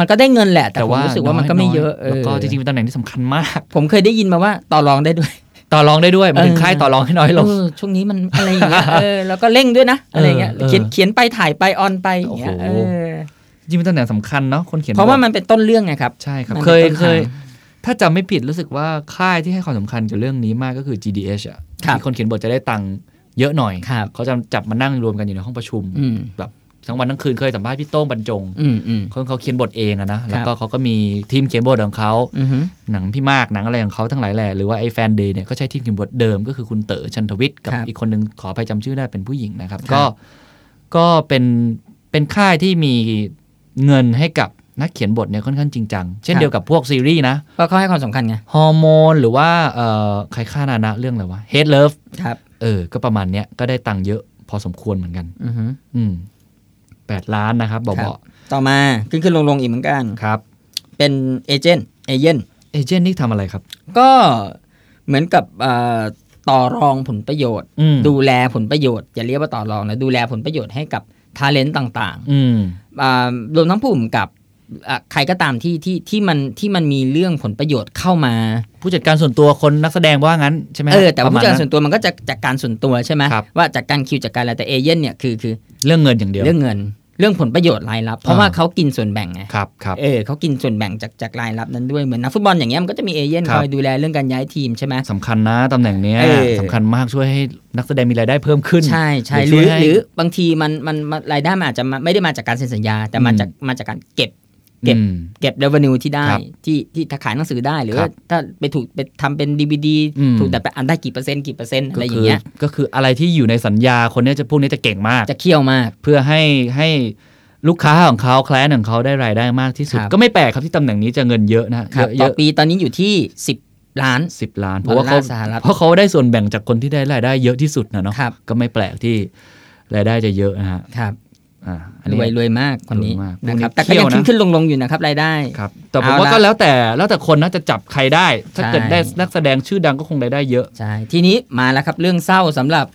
Speaker 3: มันก็ได้เงินแหละ แต่ผมรู้สึกว่ามันก็ไม่เยอะ
Speaker 2: น้แล้วก็
Speaker 3: เออ
Speaker 2: จริงๆ เป็นตำแหน่งที่สำคัญมาก
Speaker 3: ผมเคยได้ยินมาว่าต่อรองได้ด้วย
Speaker 2: ต่อรองได้ด้วยหมันถึง
Speaker 3: เออ
Speaker 2: ค่ายต่อรองให้น้อยลง
Speaker 3: เออช่วงนี้มัน อะไรอย่างเงี้ยเออแล้วก็เร่งด้วยนะอะไรอย่างเงี้ย
Speaker 2: เออเออ
Speaker 3: เขียนเขียนไปถ่ายไปออนไปอย่างเงี้ย
Speaker 2: โอ้
Speaker 3: เอ
Speaker 2: โห
Speaker 3: อ
Speaker 2: จริงเป็นตำแหน่งสำคัญเนาะคนเขียน
Speaker 3: เพราะว่า
Speaker 2: บท
Speaker 3: มันเป็นต้นเรื่องไงครับ
Speaker 2: ใช่ครับ
Speaker 3: มัน
Speaker 2: เคย
Speaker 3: เป็นต้นทาง
Speaker 2: เคย ถ้าจำไม่ผิดรู้สึกว่าค่ายที่ให้ความสำคัญกับเรื่องนี้มากก็คือ GDH อ่ะ
Speaker 3: ครับ
Speaker 2: ที่คนเขียนบทจะได้ตังค์เยอะหน่อย
Speaker 3: ครับ
Speaker 2: เขาจะจับมานั่งรวมกันอยู่ในห้องประชุม
Speaker 3: อืม
Speaker 2: แบบทั้งวันทั้งคืนเคยสัมภาษณ์พี่โต้งบรรจง
Speaker 3: อืมอืม
Speaker 2: เขาเขาเขียนบทเองอะนะ
Speaker 3: ครับ
Speaker 2: แล้วก็เขาก็มีทีมเขียนบทของเขา
Speaker 3: อือฮึ
Speaker 2: หนังพี่มากหนังอะไรของเขาทั้งหลายแหล่หรือว่าไอ้แฟนเดย์เนี่ยก็ใช้ทีมเขียนบทเดิมก็คือคุณเต๋อชันทวิทย์กับ
Speaker 3: ครับ
Speaker 2: อีกคนนึงขอไปจำชื่อได้เป็นผู้หญิงนะครับ
Speaker 3: ครั
Speaker 2: ก็
Speaker 3: บ
Speaker 2: ก็เป็นเป็นค่ายที่มีเงินให้กับนักเขียนบทเนี่ยค่อนข้างจริงจัง เช่นเดียวกับพวกซีรีส์นะ
Speaker 3: เพราะเขาให้ความสำคัญไง
Speaker 2: ฮอร์โมนหรือว่าเอ่อใครฆ่านานะเรื่องอะไรวะเฮดเลิฟ
Speaker 3: ครับ
Speaker 2: เออ ก็ประมาณเนี้ยก็ได้ตังค์เยอะพอสมควรเหมือนกัน
Speaker 3: อือฮึ
Speaker 2: อืมแปดล้านนะครับบ
Speaker 3: ครั
Speaker 2: อบ
Speaker 3: ต่อมาขึ้นขึ้นลงลงอีกเหมือนกัน
Speaker 2: ๆครับ
Speaker 3: เป็นเอเจนต์เอเจนต์
Speaker 2: เอเจนต์นี่ทำอะไรครับ
Speaker 3: ก็เหมือนกับเอ่อต่อรองผลประโยชน์
Speaker 2: อืม
Speaker 3: ดูแลผลประโยชน์อย่าเรียกว่าต่อรองนะดูแลผลประโยชน์ให้กับทาเลนต์ต่าง
Speaker 2: อืม
Speaker 3: ๆอ่ารวมทั้งผู้กำกับอ่ะใครก็ตามที่ที่ที่มันที่มันมีเรื่องผลประโยชน์เข้ามา
Speaker 2: ผู้จัดการส่วนตัวคนนักแสดงว่างั้นใช่ไหมฮะ
Speaker 3: เออแต่
Speaker 2: ป
Speaker 3: ว่า
Speaker 2: ระม
Speaker 3: ผู้
Speaker 2: ณ
Speaker 3: จัดกา
Speaker 2: นั้น
Speaker 3: รส่วนตัวมันก็จะจากการส่วนตัวใช่ไหม
Speaker 2: ครับ
Speaker 3: ว่าจากการคิวจากการอะไรแต่เอเย่นเนี่ยคือคือ
Speaker 2: เรื่องเงินอย่างเดียว
Speaker 3: เรื่องเงินเรื่องผลประโยชน์รายรับ เพราะ
Speaker 2: อ่า
Speaker 3: ว่าเขากินส่วนแบ่งไง
Speaker 2: ครับครับ
Speaker 3: เออเขากินส่วนแบ่งจากจากรายรับนั้นด้วยเหมือนนักฟุตบอลอย่างเงี้ยมันก็จะมีเอเย่น
Speaker 2: ครั
Speaker 3: ค
Speaker 2: บ
Speaker 3: อยดูแลเรื่องการย้ายทีมใช่ไหม
Speaker 2: สำคัญนะตำแหน่งเนี้ย
Speaker 3: เออ
Speaker 2: สำคัญมากช่วยให้นักแสดงมีรายได้เพิ่มขึ้น
Speaker 3: ใช่ใช่
Speaker 2: ห
Speaker 3: ห
Speaker 2: รื
Speaker 3: รืออ
Speaker 2: ช่วยให้
Speaker 3: หรือบางทีมันมันมันรายได้มันอาจจะมาไม่ได้มาจากการเซ็นสัญญา แต่มา
Speaker 2: อืม
Speaker 3: จากมาจากการเก็บ เก็บ
Speaker 2: อืม
Speaker 3: เก็บ revenue ที่ได้
Speaker 2: ครับ
Speaker 3: ที่ที่ถ้าขายหนังสือได้หรือ
Speaker 2: ครั
Speaker 3: ว่า
Speaker 2: บ
Speaker 3: ถ้าไปถูกไปทำเป็นดีวดี
Speaker 2: อืม
Speaker 3: ถูกแต่ไปอันได้กี่เปอร์เซ็นต์กี่เปอร์เซ็นต์อะไรอ
Speaker 2: ก็คื
Speaker 3: ย่างเงี้ย
Speaker 2: ก็คืออะไรที่อยู่ในสัญญาคนเนี้ยจะพวกนี้จะเก่งมาก
Speaker 3: จะเคี่ยวมาก
Speaker 2: เพื่อให้ให้ลูกค้าของเขาแคลนของเขาได้รายได้มากที่สุด
Speaker 3: ครับ
Speaker 2: ก็ไม่แปลกครับที่ตำแหน่งนี้จะเงินเยอะนะ
Speaker 3: ค
Speaker 2: เย
Speaker 3: รับ
Speaker 2: อะเย
Speaker 3: ต่อ
Speaker 2: อะ
Speaker 3: ปีตอนนี้อยู่ที่ 10 ล้าน
Speaker 2: สิบล้าน เพราะว่าเขา
Speaker 3: ดอลลาร์สหรัฐ
Speaker 2: เพราะเขาได้ส่วนแบ่งจากคนที่ได้รายได้เยอะที่สุดนะเนาะ
Speaker 3: ครับ
Speaker 2: ก็ไม่แปลกที่รายได้จะเยอะนะฮะ
Speaker 3: ครับ
Speaker 2: อ่าอัน
Speaker 3: ร
Speaker 2: นี้
Speaker 3: วยรวยมากคน
Speaker 2: ร
Speaker 3: นี้
Speaker 2: วยมาก
Speaker 3: นะครับ
Speaker 2: พวกนี้
Speaker 3: แต่ก็ยัง
Speaker 2: เคี่ยวน นะ
Speaker 3: ขึ้ขึ้นลงลงอยู่นะครับรายได้
Speaker 2: ครับแต่ผมว่า
Speaker 3: เอาละ
Speaker 2: ก็แล้วแต่แล้วแต่คนนะจะจับใครได้ ถ้า
Speaker 3: ใช่
Speaker 2: เกิดได้นักแสดงชื่อดังก็คงรายได้เยอะ
Speaker 3: ใช่ทีนี้มาแล้วครับเรื่องเศร้าสำหรับ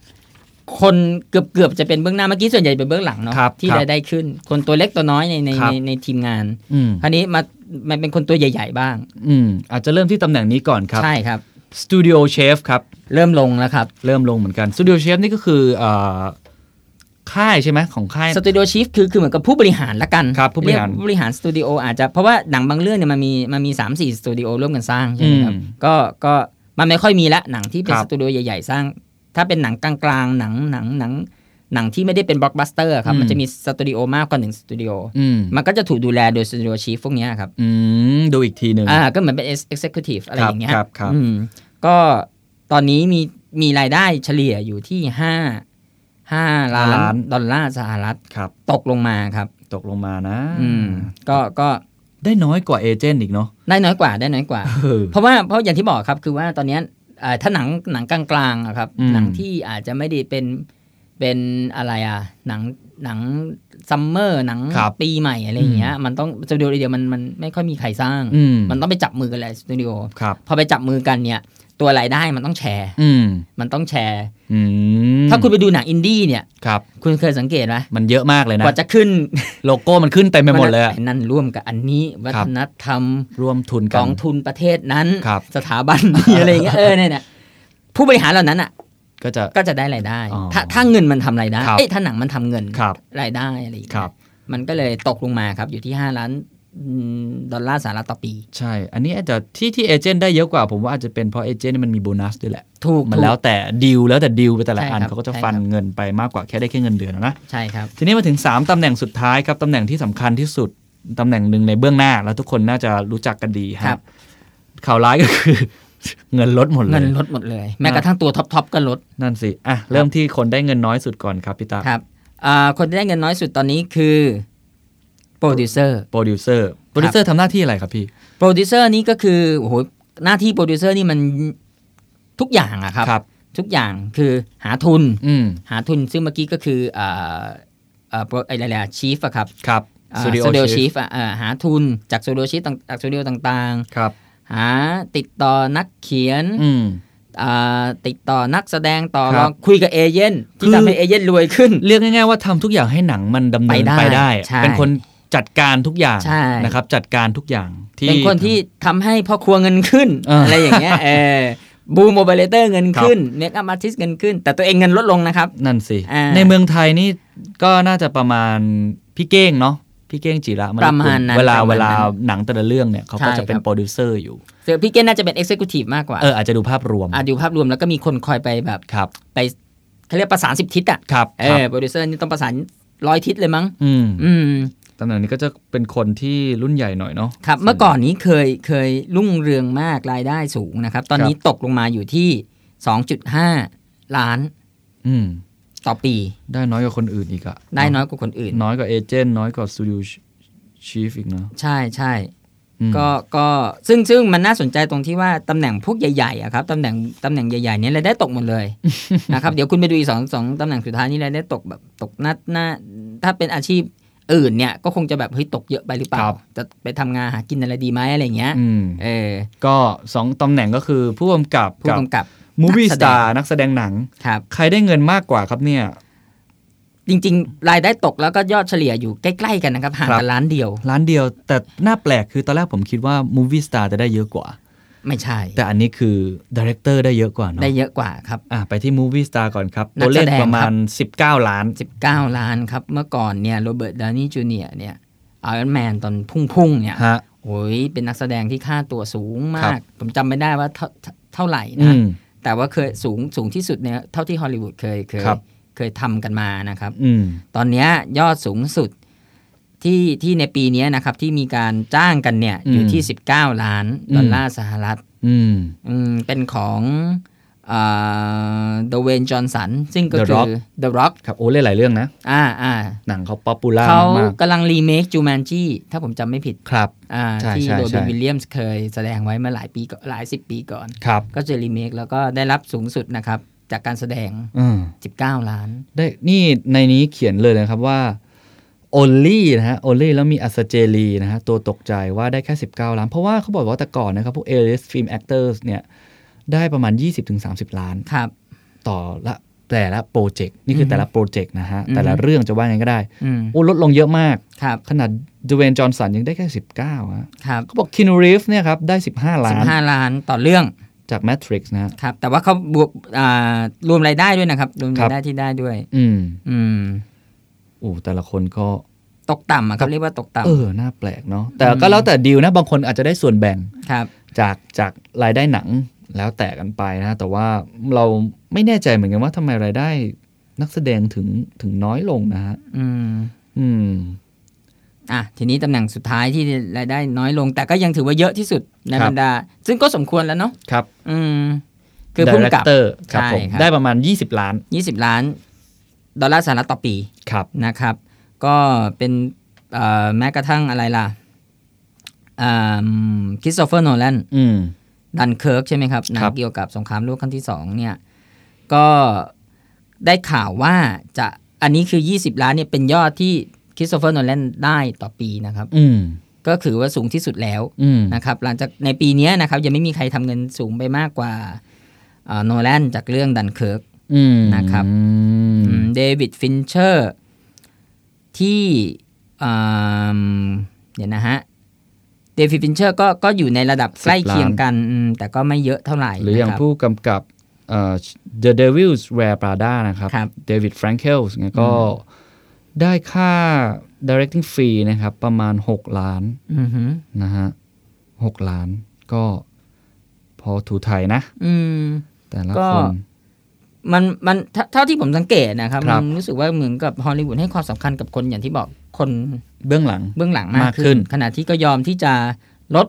Speaker 3: คนเกือบเกือบจะเป็นเบื้องหน้าเมื่อกี้ส่วนใหญ่เป็นเบื้องหลังเนาะ
Speaker 2: ครับ
Speaker 3: ที่
Speaker 2: ครับ
Speaker 3: รายได้ขึ้น คนตัวเล็กตัวน้อยในใน
Speaker 2: ครับ
Speaker 3: ในในทีมงาน
Speaker 2: อืม
Speaker 3: คราวนี้มามันเป็นคนตัวใหญ่ ๆ บ้าง
Speaker 2: อืมอาจจะเริ่มที่ตำแหน่งนี้ก่อนครับ
Speaker 3: ใช่ครับ
Speaker 2: สตูดิโอเชฟครับ
Speaker 3: เริ่มลงแล้วครับ
Speaker 2: เริ่มลงเหมือนกันสตูดิโอเชฟนี่ก็คือเอ่อค่ายใช่ไหมของค่าย
Speaker 3: สตูดิโอชีฟคือคือเหมือนกับผู้บริหารละกัน
Speaker 2: ครับผู้บริหาร
Speaker 3: เยกผู้บริหารสตูดิโออาจจะเพราะว่าหนังบางเรื่องเนี่ยมันมีมันมีสามสี่สตูดิโอร่วมกันสร้างใช่ไหมครับ
Speaker 2: อืม
Speaker 3: ก็ก็มันไม่ค่อยมีละหนังที่เป็น
Speaker 2: ครับ
Speaker 3: สตูดิโอใหญ่ ๆ สร้าง ถ้าเป็นหนังกลางๆหนังหนังหนังหนังที่ไม่ได้เป็นบล็อกบัสเตอร์ครับมันจะมีสตูดิโอมากกว่าหนึ่งสตูดิโอ
Speaker 2: อืม
Speaker 3: มันก็จะถูกดูแลโดยสตูดิโอชีฟพวกเนี้ยครับ
Speaker 2: อืมดูอีกทีหนึ่ง
Speaker 3: อ่า ก็เหมือนเป็น executive อะไรอย่างเงี้ย
Speaker 2: ครับครับ
Speaker 3: อืมก็ตอนนี้มีมีรายได้เฉลี่ยอยู่ที่ห้าห้าล้าน ดอลลาร์สหรัฐ
Speaker 2: ครับ
Speaker 3: ตกลงมาครับ
Speaker 2: ตกลงมานะ
Speaker 3: อืม ก็ก็
Speaker 2: ได้น้อยกว่าเอเจนต์อีกเนาะ
Speaker 3: ได้น้อยกว่าได้น้อยกว่า
Speaker 2: เออ
Speaker 3: เพราะว่าเพราะอย่างที่บอกครับคือว่าตอนเนี้ยอ่าถ้าหนังหนังกลางๆอะครับ
Speaker 2: อืม
Speaker 3: หนังที่อาจจะไม่ได้เป็นเป็นอะไรอ่ะ หนังหนังซัมเมอร์หนังปีใหม่อะไรอย่างเงี้ยมันต้องสตูดิโอเดียวมันมันไม่ค่อยมีใครสร้าง
Speaker 2: อืม
Speaker 3: มันต้องไปจับมือกันเลยสตูดิโอ
Speaker 2: ครับ
Speaker 3: พอไปจับมือกันเนี่ย ตัวรายได้มันต้องแชร์
Speaker 2: อืม
Speaker 3: มันต้องแชร์
Speaker 2: อืม
Speaker 3: ถ้าคุณไปดูหนังอินดี้เนี่ย
Speaker 2: ครับ
Speaker 3: คุณเคยสังเกตไหม
Speaker 2: มันเยอะมากเลยนะ
Speaker 3: กว่าจะขึ้น
Speaker 2: โลโก้มันขึ้นเต็มไปหมดเลยอะ
Speaker 3: นนั่นร่วมกับอันนี้ วัฒนธรรม
Speaker 2: ร่วมทุน
Speaker 3: ก
Speaker 2: กั
Speaker 3: อน งทุนประเทศนั้น
Speaker 2: ครับ
Speaker 3: สถาบันนี้อะไร อย่างเงี้ยเออเนี่ยเนี่ยผู้บริหารเหล่านั้นอ่ะ
Speaker 2: ก็จะ
Speaker 3: ก็จะได้รายได้
Speaker 2: อ๋อ
Speaker 3: ถ้าถ้าเงินมันทำรายได้
Speaker 2: ครับ
Speaker 3: เอ้ยถ้าหนังมันทำเงิน
Speaker 2: ครับ
Speaker 3: รายได้อะไรอย่าง
Speaker 2: ครั
Speaker 3: เงี้
Speaker 2: บ
Speaker 3: ยมันก็เลยตกลงมาครับอยู่ที่ 5 ล้านอืมดอลลาร์สหรัฐต่อปี
Speaker 2: ใช่ อันนี้อาจจะที่ที่เอเจนต์ได้เยอะกว่าผมว่าอาจจะเป็นเพราะเอเจนต์มันมีโบนัสด้วยแหละ
Speaker 3: ถูก
Speaker 2: มัน
Speaker 3: ถูก
Speaker 2: แล้วแต่ดีลแล้วแต่ดีลไปแต่ละ
Speaker 3: ใช่
Speaker 2: อัน
Speaker 3: ครั
Speaker 2: เขา
Speaker 3: บ
Speaker 2: ก็จะ
Speaker 3: ใช่
Speaker 2: ฟัน
Speaker 3: ครับ
Speaker 2: เงินไปมากกว่าแค่ได้แค่เงินเดือนนะ
Speaker 3: ใช่ครับ
Speaker 2: ทีนี้มาถึง 3ตำแหน่งสุดท้ายครับตำแหน่งที่สำคัญที่สุด ตำแหน่งหนึ่งในเบื้องหน้า แล้วทุกคนน่าจะรู้จักกันดี
Speaker 3: ครั
Speaker 2: ฮะ
Speaker 3: บ
Speaker 2: ข่าวร้ายก็คือ เงินลดหมดเล
Speaker 3: เงิ
Speaker 2: ย
Speaker 3: นลดหมดเลย แม้กระทั่งตัวท็อปทก็ลด
Speaker 2: นั่นสิ อ่ะ เริ่มที่คนได้เงินน้อยสุดก่อนครับพี่ตา
Speaker 3: ครับอ่าคนที่ได้เงินน้อยสุดตอนนี้คือโปรดิวเซอร์
Speaker 2: โปรดิวเซอร์โปรดิวเซอร์ทำหน้าที่อะไรครับพี่
Speaker 3: โปรดิวเซอร์นี่ก็คือโอ้โหหน้าที่โปรดิวเซอร์นี่มันทุกอย่างอะครับ ทุกอย่างคือหาทุน
Speaker 2: อืม
Speaker 3: หาทุนซึ่งเมื่อกี้ก็คืออ่าอ่า pro- ไอ้อะไรอะชีฟอะครับ
Speaker 2: ครับ
Speaker 3: สตูดิโอชีฟอะเอ่อหาทุนจากสตูดิโอชีฟจากสตูดิโอต่าง
Speaker 2: ครับ
Speaker 3: ๆ หาติดต่อนักเขียน
Speaker 2: อืม
Speaker 3: อ่าติดต่อนักแสดงต่อ
Speaker 2: ครับ
Speaker 3: รองคุยกับเอเย่นที่
Speaker 2: คือ
Speaker 3: ทำให้เอเย่นรวยขึ้น
Speaker 2: เรียกง่ายๆว่าทำทุกอย่างให้หนังมันดำเนิน
Speaker 3: ไปได้
Speaker 2: ไปได้
Speaker 3: ใช่
Speaker 2: เป็นคนจัดการทุกอย่าง
Speaker 3: ใช่
Speaker 2: นะครับจัดการทุกอย่างที่
Speaker 3: เป็นคนที่ทำให้พ่อครัวเงินขึ้น
Speaker 2: เอออ
Speaker 3: อะไรอย่างเงี้ยเออบูมโมบายเลเตอร์เงินขึ้นเมคอัพอาร์ติสเงินขึ้น แต่ตัวเองเงินลดลงนะครับ
Speaker 2: นั่นสิ
Speaker 3: อ่า
Speaker 2: ในเมืองไทยนี่ก็น่าจะประมาณพี่เก้งเนาะ พี่เก้งจีระ
Speaker 3: ประมาณนั้น
Speaker 2: เวลา
Speaker 3: ประมาณนั้น
Speaker 2: เวลาหนังแต่ละเรื่องเนี่ยเขาก็
Speaker 3: ใช่
Speaker 2: จะเป็
Speaker 3: คน รับ
Speaker 2: โปรดิวเซอร์อยู่
Speaker 3: เจอพี่เก้น่าจะเป็น Executive มากกว่า
Speaker 2: เอออาจจะดูภาพรวม
Speaker 3: อาจดูภาพรวมแล้วก็มีคนคอยไปแบบ
Speaker 2: ครับ
Speaker 3: ไปเขาเรียกประสานสิบทิศอ่ะ
Speaker 2: ครับ
Speaker 3: เอ
Speaker 2: ครับ
Speaker 3: อโปรดิวเซอร์นี่ต้องประสานร้อยทิศเลยมั้ง
Speaker 2: อืม
Speaker 3: อืม
Speaker 2: ตำแหน่งนี้ก็จะเป็นคนที่รุ่นใหญ่หน่อยเนาะ
Speaker 3: ครับเมื่อก่อนนี้เคยเคยรุ่งเรืองมากรายได้สูงนะครับ ตอนนี้ตกลงมาอยู่ที่ 2.5 ล้าน
Speaker 2: อืม
Speaker 3: ต่อปี
Speaker 2: ได้น้อยกว่าคนอื่นอีกอะ
Speaker 3: ได้น้อยกว่าคนอื่น
Speaker 2: น้อยกว่าเอเจนต์น้อยกว่าสตูดิโอชีฟอีกเนาะ
Speaker 3: ใช่ใช่
Speaker 2: อืม
Speaker 3: ก็ก็ซึ่งซึ่งมันน่าสนใจตรงที่ว่าตำแหน่งพวกใหญ่ๆอะครับตำแหน่งตำแหน่งใหญ่ๆเนี่ยรายได้ตกหมด เลย นะครับเดี๋ยวคุณไปดูอีกสองสองตำแหน่งสุดท้ายนี่รายได้ตกแบบตกหน้าหน้าถ้าเป็นอาชีพอื่นเนี่ยก็คงจะแบบเฮ้ยตกเยอะไปหรือเปล่าจะไปทำงานหากินอะไรดีไหมอะไรอย่างเงี้ย
Speaker 2: อืม
Speaker 3: เออ
Speaker 2: ก็สองตำแหน่งก็คือผู้กำกับ
Speaker 3: ผู้
Speaker 2: กับ
Speaker 3: กำกับ
Speaker 2: มูวี่
Speaker 3: นั
Speaker 2: ส
Speaker 3: กแดง
Speaker 2: ตาร์นักแสดงหนัง
Speaker 3: ครับ
Speaker 2: ใครได้เงินมากกว่าครับเนี่ย
Speaker 3: จริงๆ รายได้ตกแล้วก็ยอดเฉลี่ยอยู่ใกล้ๆกันนะครับห่าง
Speaker 2: ครั
Speaker 3: กัน
Speaker 2: บ
Speaker 3: ล้านเดียว
Speaker 2: ร้านเดียวแต่น่าแปลกคือตอนแรกผมคิดว่ามูวี่สตาร์จะได้เยอะกว่า
Speaker 3: ไม่ใช่
Speaker 2: แต่อันนี้คือดีเรคเตอร์ได้เยอะกว่าเนาะ
Speaker 3: ได้เยอะกว่าครับ
Speaker 2: อ่ะไปที่มูวี่สตาร์ก่อนครับ
Speaker 3: นั
Speaker 2: ตั
Speaker 3: ก
Speaker 2: ว
Speaker 3: แส
Speaker 2: เลข
Speaker 3: ดงครับ
Speaker 2: ประมาณ 19 ล้าน
Speaker 3: 19 ล้านครับ เมื่อก่อนเนี่ยโรเบิร์ตดาวนี่จูเนียเนี่ยไอรอนแมนตอนพุ่งๆเนี่ย
Speaker 2: ฮะ
Speaker 3: โอ้ยเป็นนักแสดงที่ค่าตัวสูงมา
Speaker 2: ครั
Speaker 3: ก
Speaker 2: บ
Speaker 3: ผมจำไม่ได้ว่าเท่าเท่าเท่าไหร่
Speaker 2: อื
Speaker 3: นะ
Speaker 2: ม
Speaker 3: แต่ว่าเคยสูงสูงที่สุดเนี่ยเท่าที่ฮอลลีวูดเคยเคย
Speaker 2: ครับ
Speaker 3: เคยทำกันมานะครับ
Speaker 2: อืม
Speaker 3: ตอนเนี้ยยอดสูงสุดที่ที่ในปีเนี้ยนะครับที่มีการจ้างกันเนี่ยอยู่
Speaker 2: อืม
Speaker 3: ที่ 19 ล้านดอลลาร์สหรัฐ
Speaker 2: อืม
Speaker 3: อืมเป็นของเดเวนจอห์นสันซึ่งก็
Speaker 2: The
Speaker 3: คือ
Speaker 2: Rock
Speaker 3: The Rock
Speaker 2: ครับโอ้เล่นหลายเรื่องนะ
Speaker 3: อ่าอ่า
Speaker 2: หนังเขาป๊อปปูล่า
Speaker 3: เขา
Speaker 2: มาก
Speaker 3: กำลังรีเมคจูแมนจีถ้าผมจำไม่ผิด
Speaker 2: ๆครับ
Speaker 3: อ่า
Speaker 2: ใช่
Speaker 3: ที่
Speaker 2: ใช่
Speaker 3: โร
Speaker 2: ใช่
Speaker 3: บินวิลเลียมส์เคยแสดงไว้มาหลายปีก่อนหลายสิบปีก่อน
Speaker 2: ครับ
Speaker 3: ก็จะรีเมคแล้วก็ได้รับสูงสุดนะครับ จากการแสดง
Speaker 2: อืม
Speaker 3: 19 ล้าน
Speaker 2: ได้นี่ในนี้เขียนเลยนะครับว่า only นะฮะ only แล้วมีอัสเจลีนะฮะ ตัวตกใจว่าได้แค่ 19 ล้าน เพราะว่าเขาบอกว่าแต่ก่อนนะครับ พวก A-list film actors เนี่ย ได้ประมาณ 20-30 ล้าน
Speaker 3: ครับ
Speaker 2: ต่อละแต่ละโปรเจกต์ นี่คือแต่ละโปรเจกต์นะฮะ
Speaker 3: อือฮึ
Speaker 2: แต่ละเรื่องจะว่าไงก็ได้
Speaker 3: อืม
Speaker 2: โอ้ลดลงเยอะมาก
Speaker 3: ครับ
Speaker 2: ขนาดดเวนจอห์นสันยังได้แค่ 19ฮะ
Speaker 3: ครับ
Speaker 2: เขาบอกคินูรีฟเนี่ยครับ ได้ 15 ล้าน
Speaker 3: 15 ล้านต่อเรื่อง
Speaker 2: จาก Matrix นะฮะ
Speaker 3: ครับ แต่ว่าเขาบวกอ่ารวมรายได้ด้วยนะครับ รวม
Speaker 2: ครั
Speaker 3: ราย
Speaker 2: บ
Speaker 3: ได้ที่ได้ด้วย
Speaker 2: อืม
Speaker 3: อืม
Speaker 2: โอ้แต่ละคนก็
Speaker 3: ตกต่ำอะครับเรียกว่าตก
Speaker 2: เอ
Speaker 3: ต่ำ
Speaker 2: อน่าแปลกเนาะแต่ก็แล้วแต่ดีลนะบางคนอาจจะได้ส่วนแบ่ง
Speaker 3: ครับ
Speaker 2: จากจากรายได้หนังแล้วแต่กันไปนะ แต่ว่าเราไม่แน่ใจเหมือนกันว่าทำไมรายได้นักแสดงถึงถึงน้อยลงนะฮะ
Speaker 3: อืม
Speaker 2: อืม
Speaker 3: อ่ะทีนี้ตำแหน่งสุดท้ายที่รายได้น้อยลง แต่ก็ยังถือว่าเยอะที่สุดใน
Speaker 2: ครับบ
Speaker 3: รรดา ซึ่งก็สมควรแล้วเนาะ
Speaker 2: ครับ
Speaker 3: อืม คือพุ่มกับ
Speaker 2: เตอร์ครับ
Speaker 3: ใช่
Speaker 2: ผม
Speaker 3: ครับ
Speaker 2: ได้ประมาณ 20 ล้าน
Speaker 3: 20 ล้าน ดอลลาร์สหรัฐต่อปี
Speaker 2: ครับ
Speaker 3: นะครับ ก็เป็นเอ่อแม้กระทั่งอะไรล่ะคริสโตเฟอร์โนแลน
Speaker 2: อืม
Speaker 3: ดันเคิร์กใช่ไหมครับหนัง
Speaker 2: ครับ
Speaker 3: เกี่ยวกับสงครามโลกครั้งที่ 2 เนี่ย ก็ได้ข่าวว่าจะอันนี้คือ 20 ล้านเนี่ยเป็นยอดที่คริสโตเฟอร์โนแลนได้ต่อปีนะครับ
Speaker 2: อืม
Speaker 3: ก็ถือว่าสูงที่สุดแล้ว
Speaker 2: อืม
Speaker 3: นะครับหลังจากในปีเนี้ยนะครับยังไม่มีใครทำเงินสูงไปมากกว่าโนแลนจากเรื่องดันเคิร์ก
Speaker 2: อืม
Speaker 3: นะครับ
Speaker 2: อืม
Speaker 3: เดวิดฟินเชอร์ ที่อืมเดี๋ยวนะฮะเดวิดฟินเชอร์ก็ก็อยู่ในระดับใกล้เคียงกันอืมแต่ก็ไม่เยอะเท่าไหร่
Speaker 2: หรืออย่าง
Speaker 3: นะครับ
Speaker 2: ผู้กำกับเอ่อ The Devil's Wear Prada นะครับ
Speaker 3: ครับ
Speaker 2: เดวิดแฟรงเกลส์เนี่ยก็ได้ค่า directing fee นะครับ ประมาณ 6 ล้าน
Speaker 3: อือหือ
Speaker 2: นะฮะหกล้านก็พอถูไถนะ
Speaker 3: อืม
Speaker 2: แต่ละ
Speaker 3: ก็
Speaker 2: คน
Speaker 3: มันมันเท่าเท่าที่ผมสังเกตนะครับ
Speaker 2: ครั
Speaker 3: มั
Speaker 2: บ
Speaker 3: นรู้สึกว่าเหมือนกับฮอลลีวูดให้ความสำคัญกับคนอย่างที่บอกคน
Speaker 2: เบื้องหลัง
Speaker 3: เบื้องหลังมาม
Speaker 2: าก กขึ้
Speaker 3: ขึ้น
Speaker 2: น
Speaker 3: ขณะที่ก็ยอมที่จะลด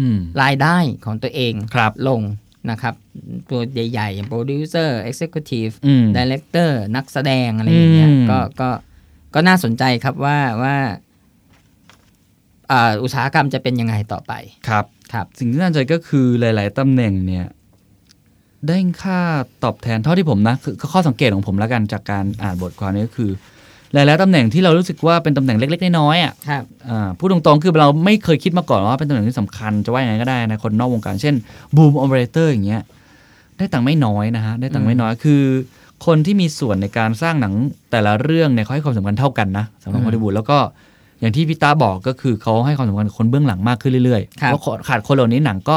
Speaker 2: อืม
Speaker 3: รายได้ของตัวเอง
Speaker 2: ครับ
Speaker 3: ลงนะครับ ตัวใหญ่ๆอย่างโปรดิวเซอร์เอ็กเซคิวทีฟ
Speaker 2: อืม
Speaker 3: ดีเลกเตอร์นักแสดงอะไรอย่างเงี้ย
Speaker 2: อืม
Speaker 3: ก็ก็ก็น่าสนใจครับว่าว่าอ่าอุตสาหกรรมจะเป็นยังไงต่อไป
Speaker 2: ครับ
Speaker 3: ครับ
Speaker 2: สิ่งที่น่าสนใจก็คือหลาย ๆตำแหน่งเนี่ย ได้ค่าตอบแทนเท่าที่ผมนะคือข้อสังเกตของผมแล้วกันจากการอ่านบทความนี้ก็คือ หลาย ๆตำแหน่งที่เรารู้สึกว่าเป็นตำแหน่งเล็ก ๆ น้อย ๆ อ่ะ
Speaker 3: ครับ
Speaker 2: อ่าพูดตรง ๆ คือเราไม่เคยคิดมาก่อนว่าเป็นตำแหน่งที่สำคัญจะว่ายังไงก็ได้นะคนนอกวงการ เช่นบูมออเปอเรเตอร์อย่างเงี้ย ได้ตังค์ไม่น้อยนะฮะ ได้ตังค์ไม่น้อยคือ คนที่มีส่วนในการสร้างหนังแต่ละเรื่องเนี่ยเขาให้ความสำคัญเท่ากันนะสำหรับ
Speaker 3: อืม
Speaker 2: ฮอลลีวูดแล้วก็อย่างที่พี่ตาบอกก็คือเขาให้ความสำคัญกับคนเบื้องหลังมากขึ้นเรื่อยๆ
Speaker 3: ครับ
Speaker 2: เพราะขาดคนเหล่านี้หนังก็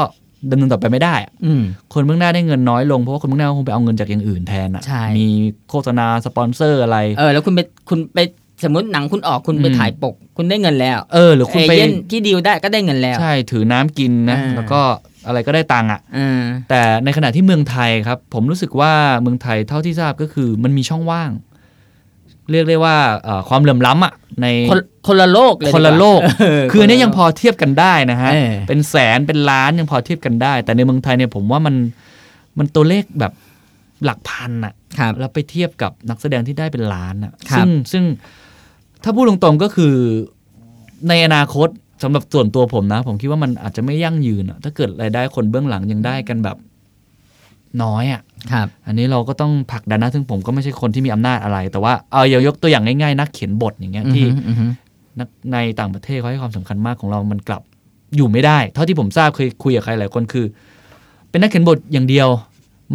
Speaker 2: ดำเนินต่อไปไม่ได้อะ
Speaker 3: อืม
Speaker 2: คนเบื้องหน้าได้เงินน้อยลง เพราะว่าคนเบื้องหน้าคงไปเอาเงินจากอย่างอื่นแทนอะ
Speaker 3: ใช่
Speaker 2: มีโฆษณาสปอนเซอร์อะไร
Speaker 3: เออ แล้วคุณไปคุณไป สมมติหนังคุณออกคุณไป
Speaker 2: อืม
Speaker 3: ถ่ายปก คุณได้เงินแล้ว
Speaker 2: เออหรือคุณไป
Speaker 3: เอเย่นที่ดีลได้ก็ได้เงินแล้ว
Speaker 2: ใช่ถือน้ำกินนะ
Speaker 3: อ่า
Speaker 2: แล้วก็อะไรก็ได้ตังค์อ่ะ
Speaker 3: อ่า
Speaker 2: แต่ในขณะที่เมืองไทยครับ ผมรู้สึกว่าเมืองไทยเท่าที่ทราบก็คือมันมีช่องว่าง เรียกได้ว่าเอ่อความเหลื่อมล้ำอ่ะใน
Speaker 3: คนคนละโลกเลย
Speaker 2: คนละ
Speaker 3: ดีกว่า
Speaker 2: โลก
Speaker 3: เ
Speaker 2: คืออันเนี้ยยังพ
Speaker 3: คละโลก
Speaker 2: อเทียบกันได้นะฮะ
Speaker 3: เออ
Speaker 2: เป็นแสนเป็นล้านยังพอเทียบกันได้ แต่ในเมืองไทยเนี่ยผมว่ามันมันตัวเลขแบบหลักพันอะ
Speaker 3: ครับ
Speaker 2: แล้วไปเทียบกับนักแสดงที่ได้เป็นล้านอะ
Speaker 3: ครั
Speaker 2: ซึ่
Speaker 3: บ
Speaker 2: งซึ่งถ้าพูดตรงๆก็คือในอนาคตสำหรับส่วนตัวผมนะ ผมคิดว่ามันอาจจะไม่ยั่งยืนอะถ้าเกิดรายได้คนเบื้องหลังยังได้กันแบบน้อยอะ
Speaker 3: ครับ
Speaker 2: อันนี้เราก็ต้องผลักดันนะซึ่งผมก็ไม่ใช่คนที่มีอำนาจอะไร แต่ว่าเอาอย่ายกตัวอย่างง่ายๆ นักเขียนบทอย่างเงี้ยที่
Speaker 3: อือฮึอือฮึ
Speaker 2: นักในต่างประเทศเขาให้ความสำคัญมากของเรามันกลับอยู่ไม่ได้ เท่าที่ผมทราบเคยคุยกับใครหลายคนคือ เป็นนักเขียนบทอย่างเดียว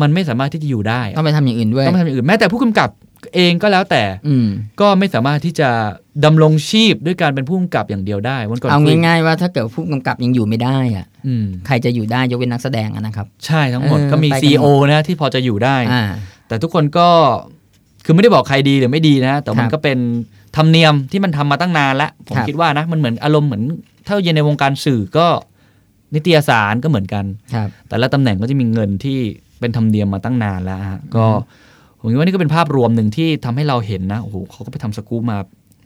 Speaker 2: มันไม่สามารถที่จะอยู่ได้
Speaker 3: ต้องไปทำอย่างอื่นด้วย
Speaker 2: ต้องไปทำอย่างอื่นแม้แต่ผู้กำกับเองก็แล้วแต่
Speaker 3: อืม
Speaker 2: ก็ไม่สามารถที่จะดำรงชีพด้วยการเป็นผู้กำกับอย่างเดียวได้วันก่อน
Speaker 3: เอา
Speaker 2: คุย
Speaker 3: ง่ายๆว่าถ้าเกิดผู้กำกับยังอยู่ไม่ได้อะ
Speaker 2: อืม
Speaker 3: ใครจะอยู่ได้ยกเว้นนักแสดงอะนะครับ
Speaker 2: ใช่ทั้งหมด
Speaker 3: เออ
Speaker 2: ก็มี
Speaker 3: ไปกัน
Speaker 2: ซี
Speaker 3: หมด
Speaker 2: อนะที่พอจะอยู่ได้
Speaker 3: อ่า
Speaker 2: แต่ทุกคนก็คือไม่ได้บอกใครดีหรือไม่ดีนะ แต่มัน
Speaker 3: ครับ
Speaker 2: ก็เป็นธรรมเนียมที่มันทำมาตั้งนานแล้ว ผม
Speaker 3: ครับ
Speaker 2: คิดว่านะมันเหมือนอารมณ์เหมือนถ้าเย็นในวงการสื่อก็นิตยสารก็เหมือนกัน
Speaker 3: ครับ
Speaker 2: แต่ละตำแหน่งก็จะมีเงินที่เป็นธรรมเนียมมาตั้งนานแล้วฮะก็ผมคิดว่านี่ก็เป็นภาพรวมหนึ่งที่ทำให้เราเห็นนะโอ้โหเขาก็ไปทำสกู๊ปมา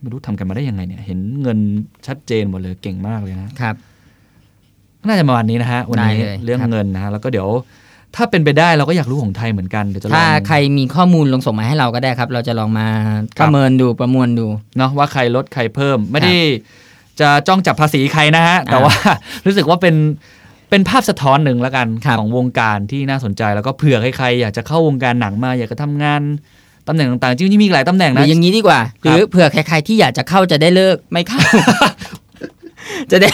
Speaker 2: ไม่รู้ทำกันมาได้ยังไงเนี่ย เห็นเงินชัดเจนหมดเลยเก่งมากเลยนะ
Speaker 3: ครับ
Speaker 2: น่าจะประมาณนี้นะฮะวันนี้
Speaker 3: ได้เลย
Speaker 2: เรื่อง
Speaker 3: ครับ
Speaker 2: เงินนะฮะแล้วก็เดี๋ยว ถ้าเป็นไปได้เราก็อยากรู้ของไทยเหมือนกันเดี๋ยวจะลอง
Speaker 3: ถ้าใครมีข้อมูลลงส่งมาให้เราก็ได้ครับ เราจะลองมา
Speaker 2: ค
Speaker 3: ป
Speaker 2: รับ
Speaker 3: ระเมินดูประมวลดู
Speaker 2: เนาะว่าใครลดใครเพิ่มไม่ได้จะจ้องจับภาษีใครนะฮะ แต่
Speaker 3: อ่า
Speaker 2: ว่า รู้สึกว่าเป็นเป็นภาพสะท้อนหนึ่งแล้วกัน
Speaker 3: ครับ
Speaker 2: ของวงการที่น่าสนใจแล้วก็เผื่อใครๆอยากจะเข้าวงการหนังมาอยากจะทำงานตำแหน่งต่างๆจริงๆมีอีกหลายตำแหน่ง
Speaker 3: หรื
Speaker 2: นะ
Speaker 3: ออย่างนี้ดีกว่า
Speaker 2: ค
Speaker 3: ห
Speaker 2: รับ
Speaker 3: รือเผื่อใครๆที่อยากจะเข้าจะได้เลิกไม่ เข้า จะได้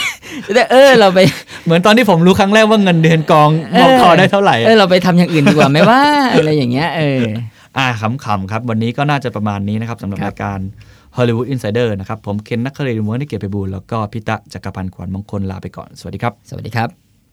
Speaker 3: จะได้เออเราไป
Speaker 2: เหมือนตอนที่ผมรู้ครั้งแรกว่าเงินเดือนกอง
Speaker 3: เออ
Speaker 2: มองคอได้เท่าไหร่
Speaker 3: เออเราไปทำอย่างอื่นดีกว่าไหมว่า อะไรอย่างเงี้ยเออ
Speaker 2: อ่าขำๆครับ วันนี้ก็น่าจะประมาณนี้นะครับสำหรับ
Speaker 3: ครับ
Speaker 2: รายการ Hollywood Insider นะครับ ผมเคนนักครินทร์ม้วนที่เกียรติไปบูลย์แล้วก็พิตะจักรพันธ์ขวัญมงคลลาไปก่อนสวัสดีครับ
Speaker 3: สวัสดีครับ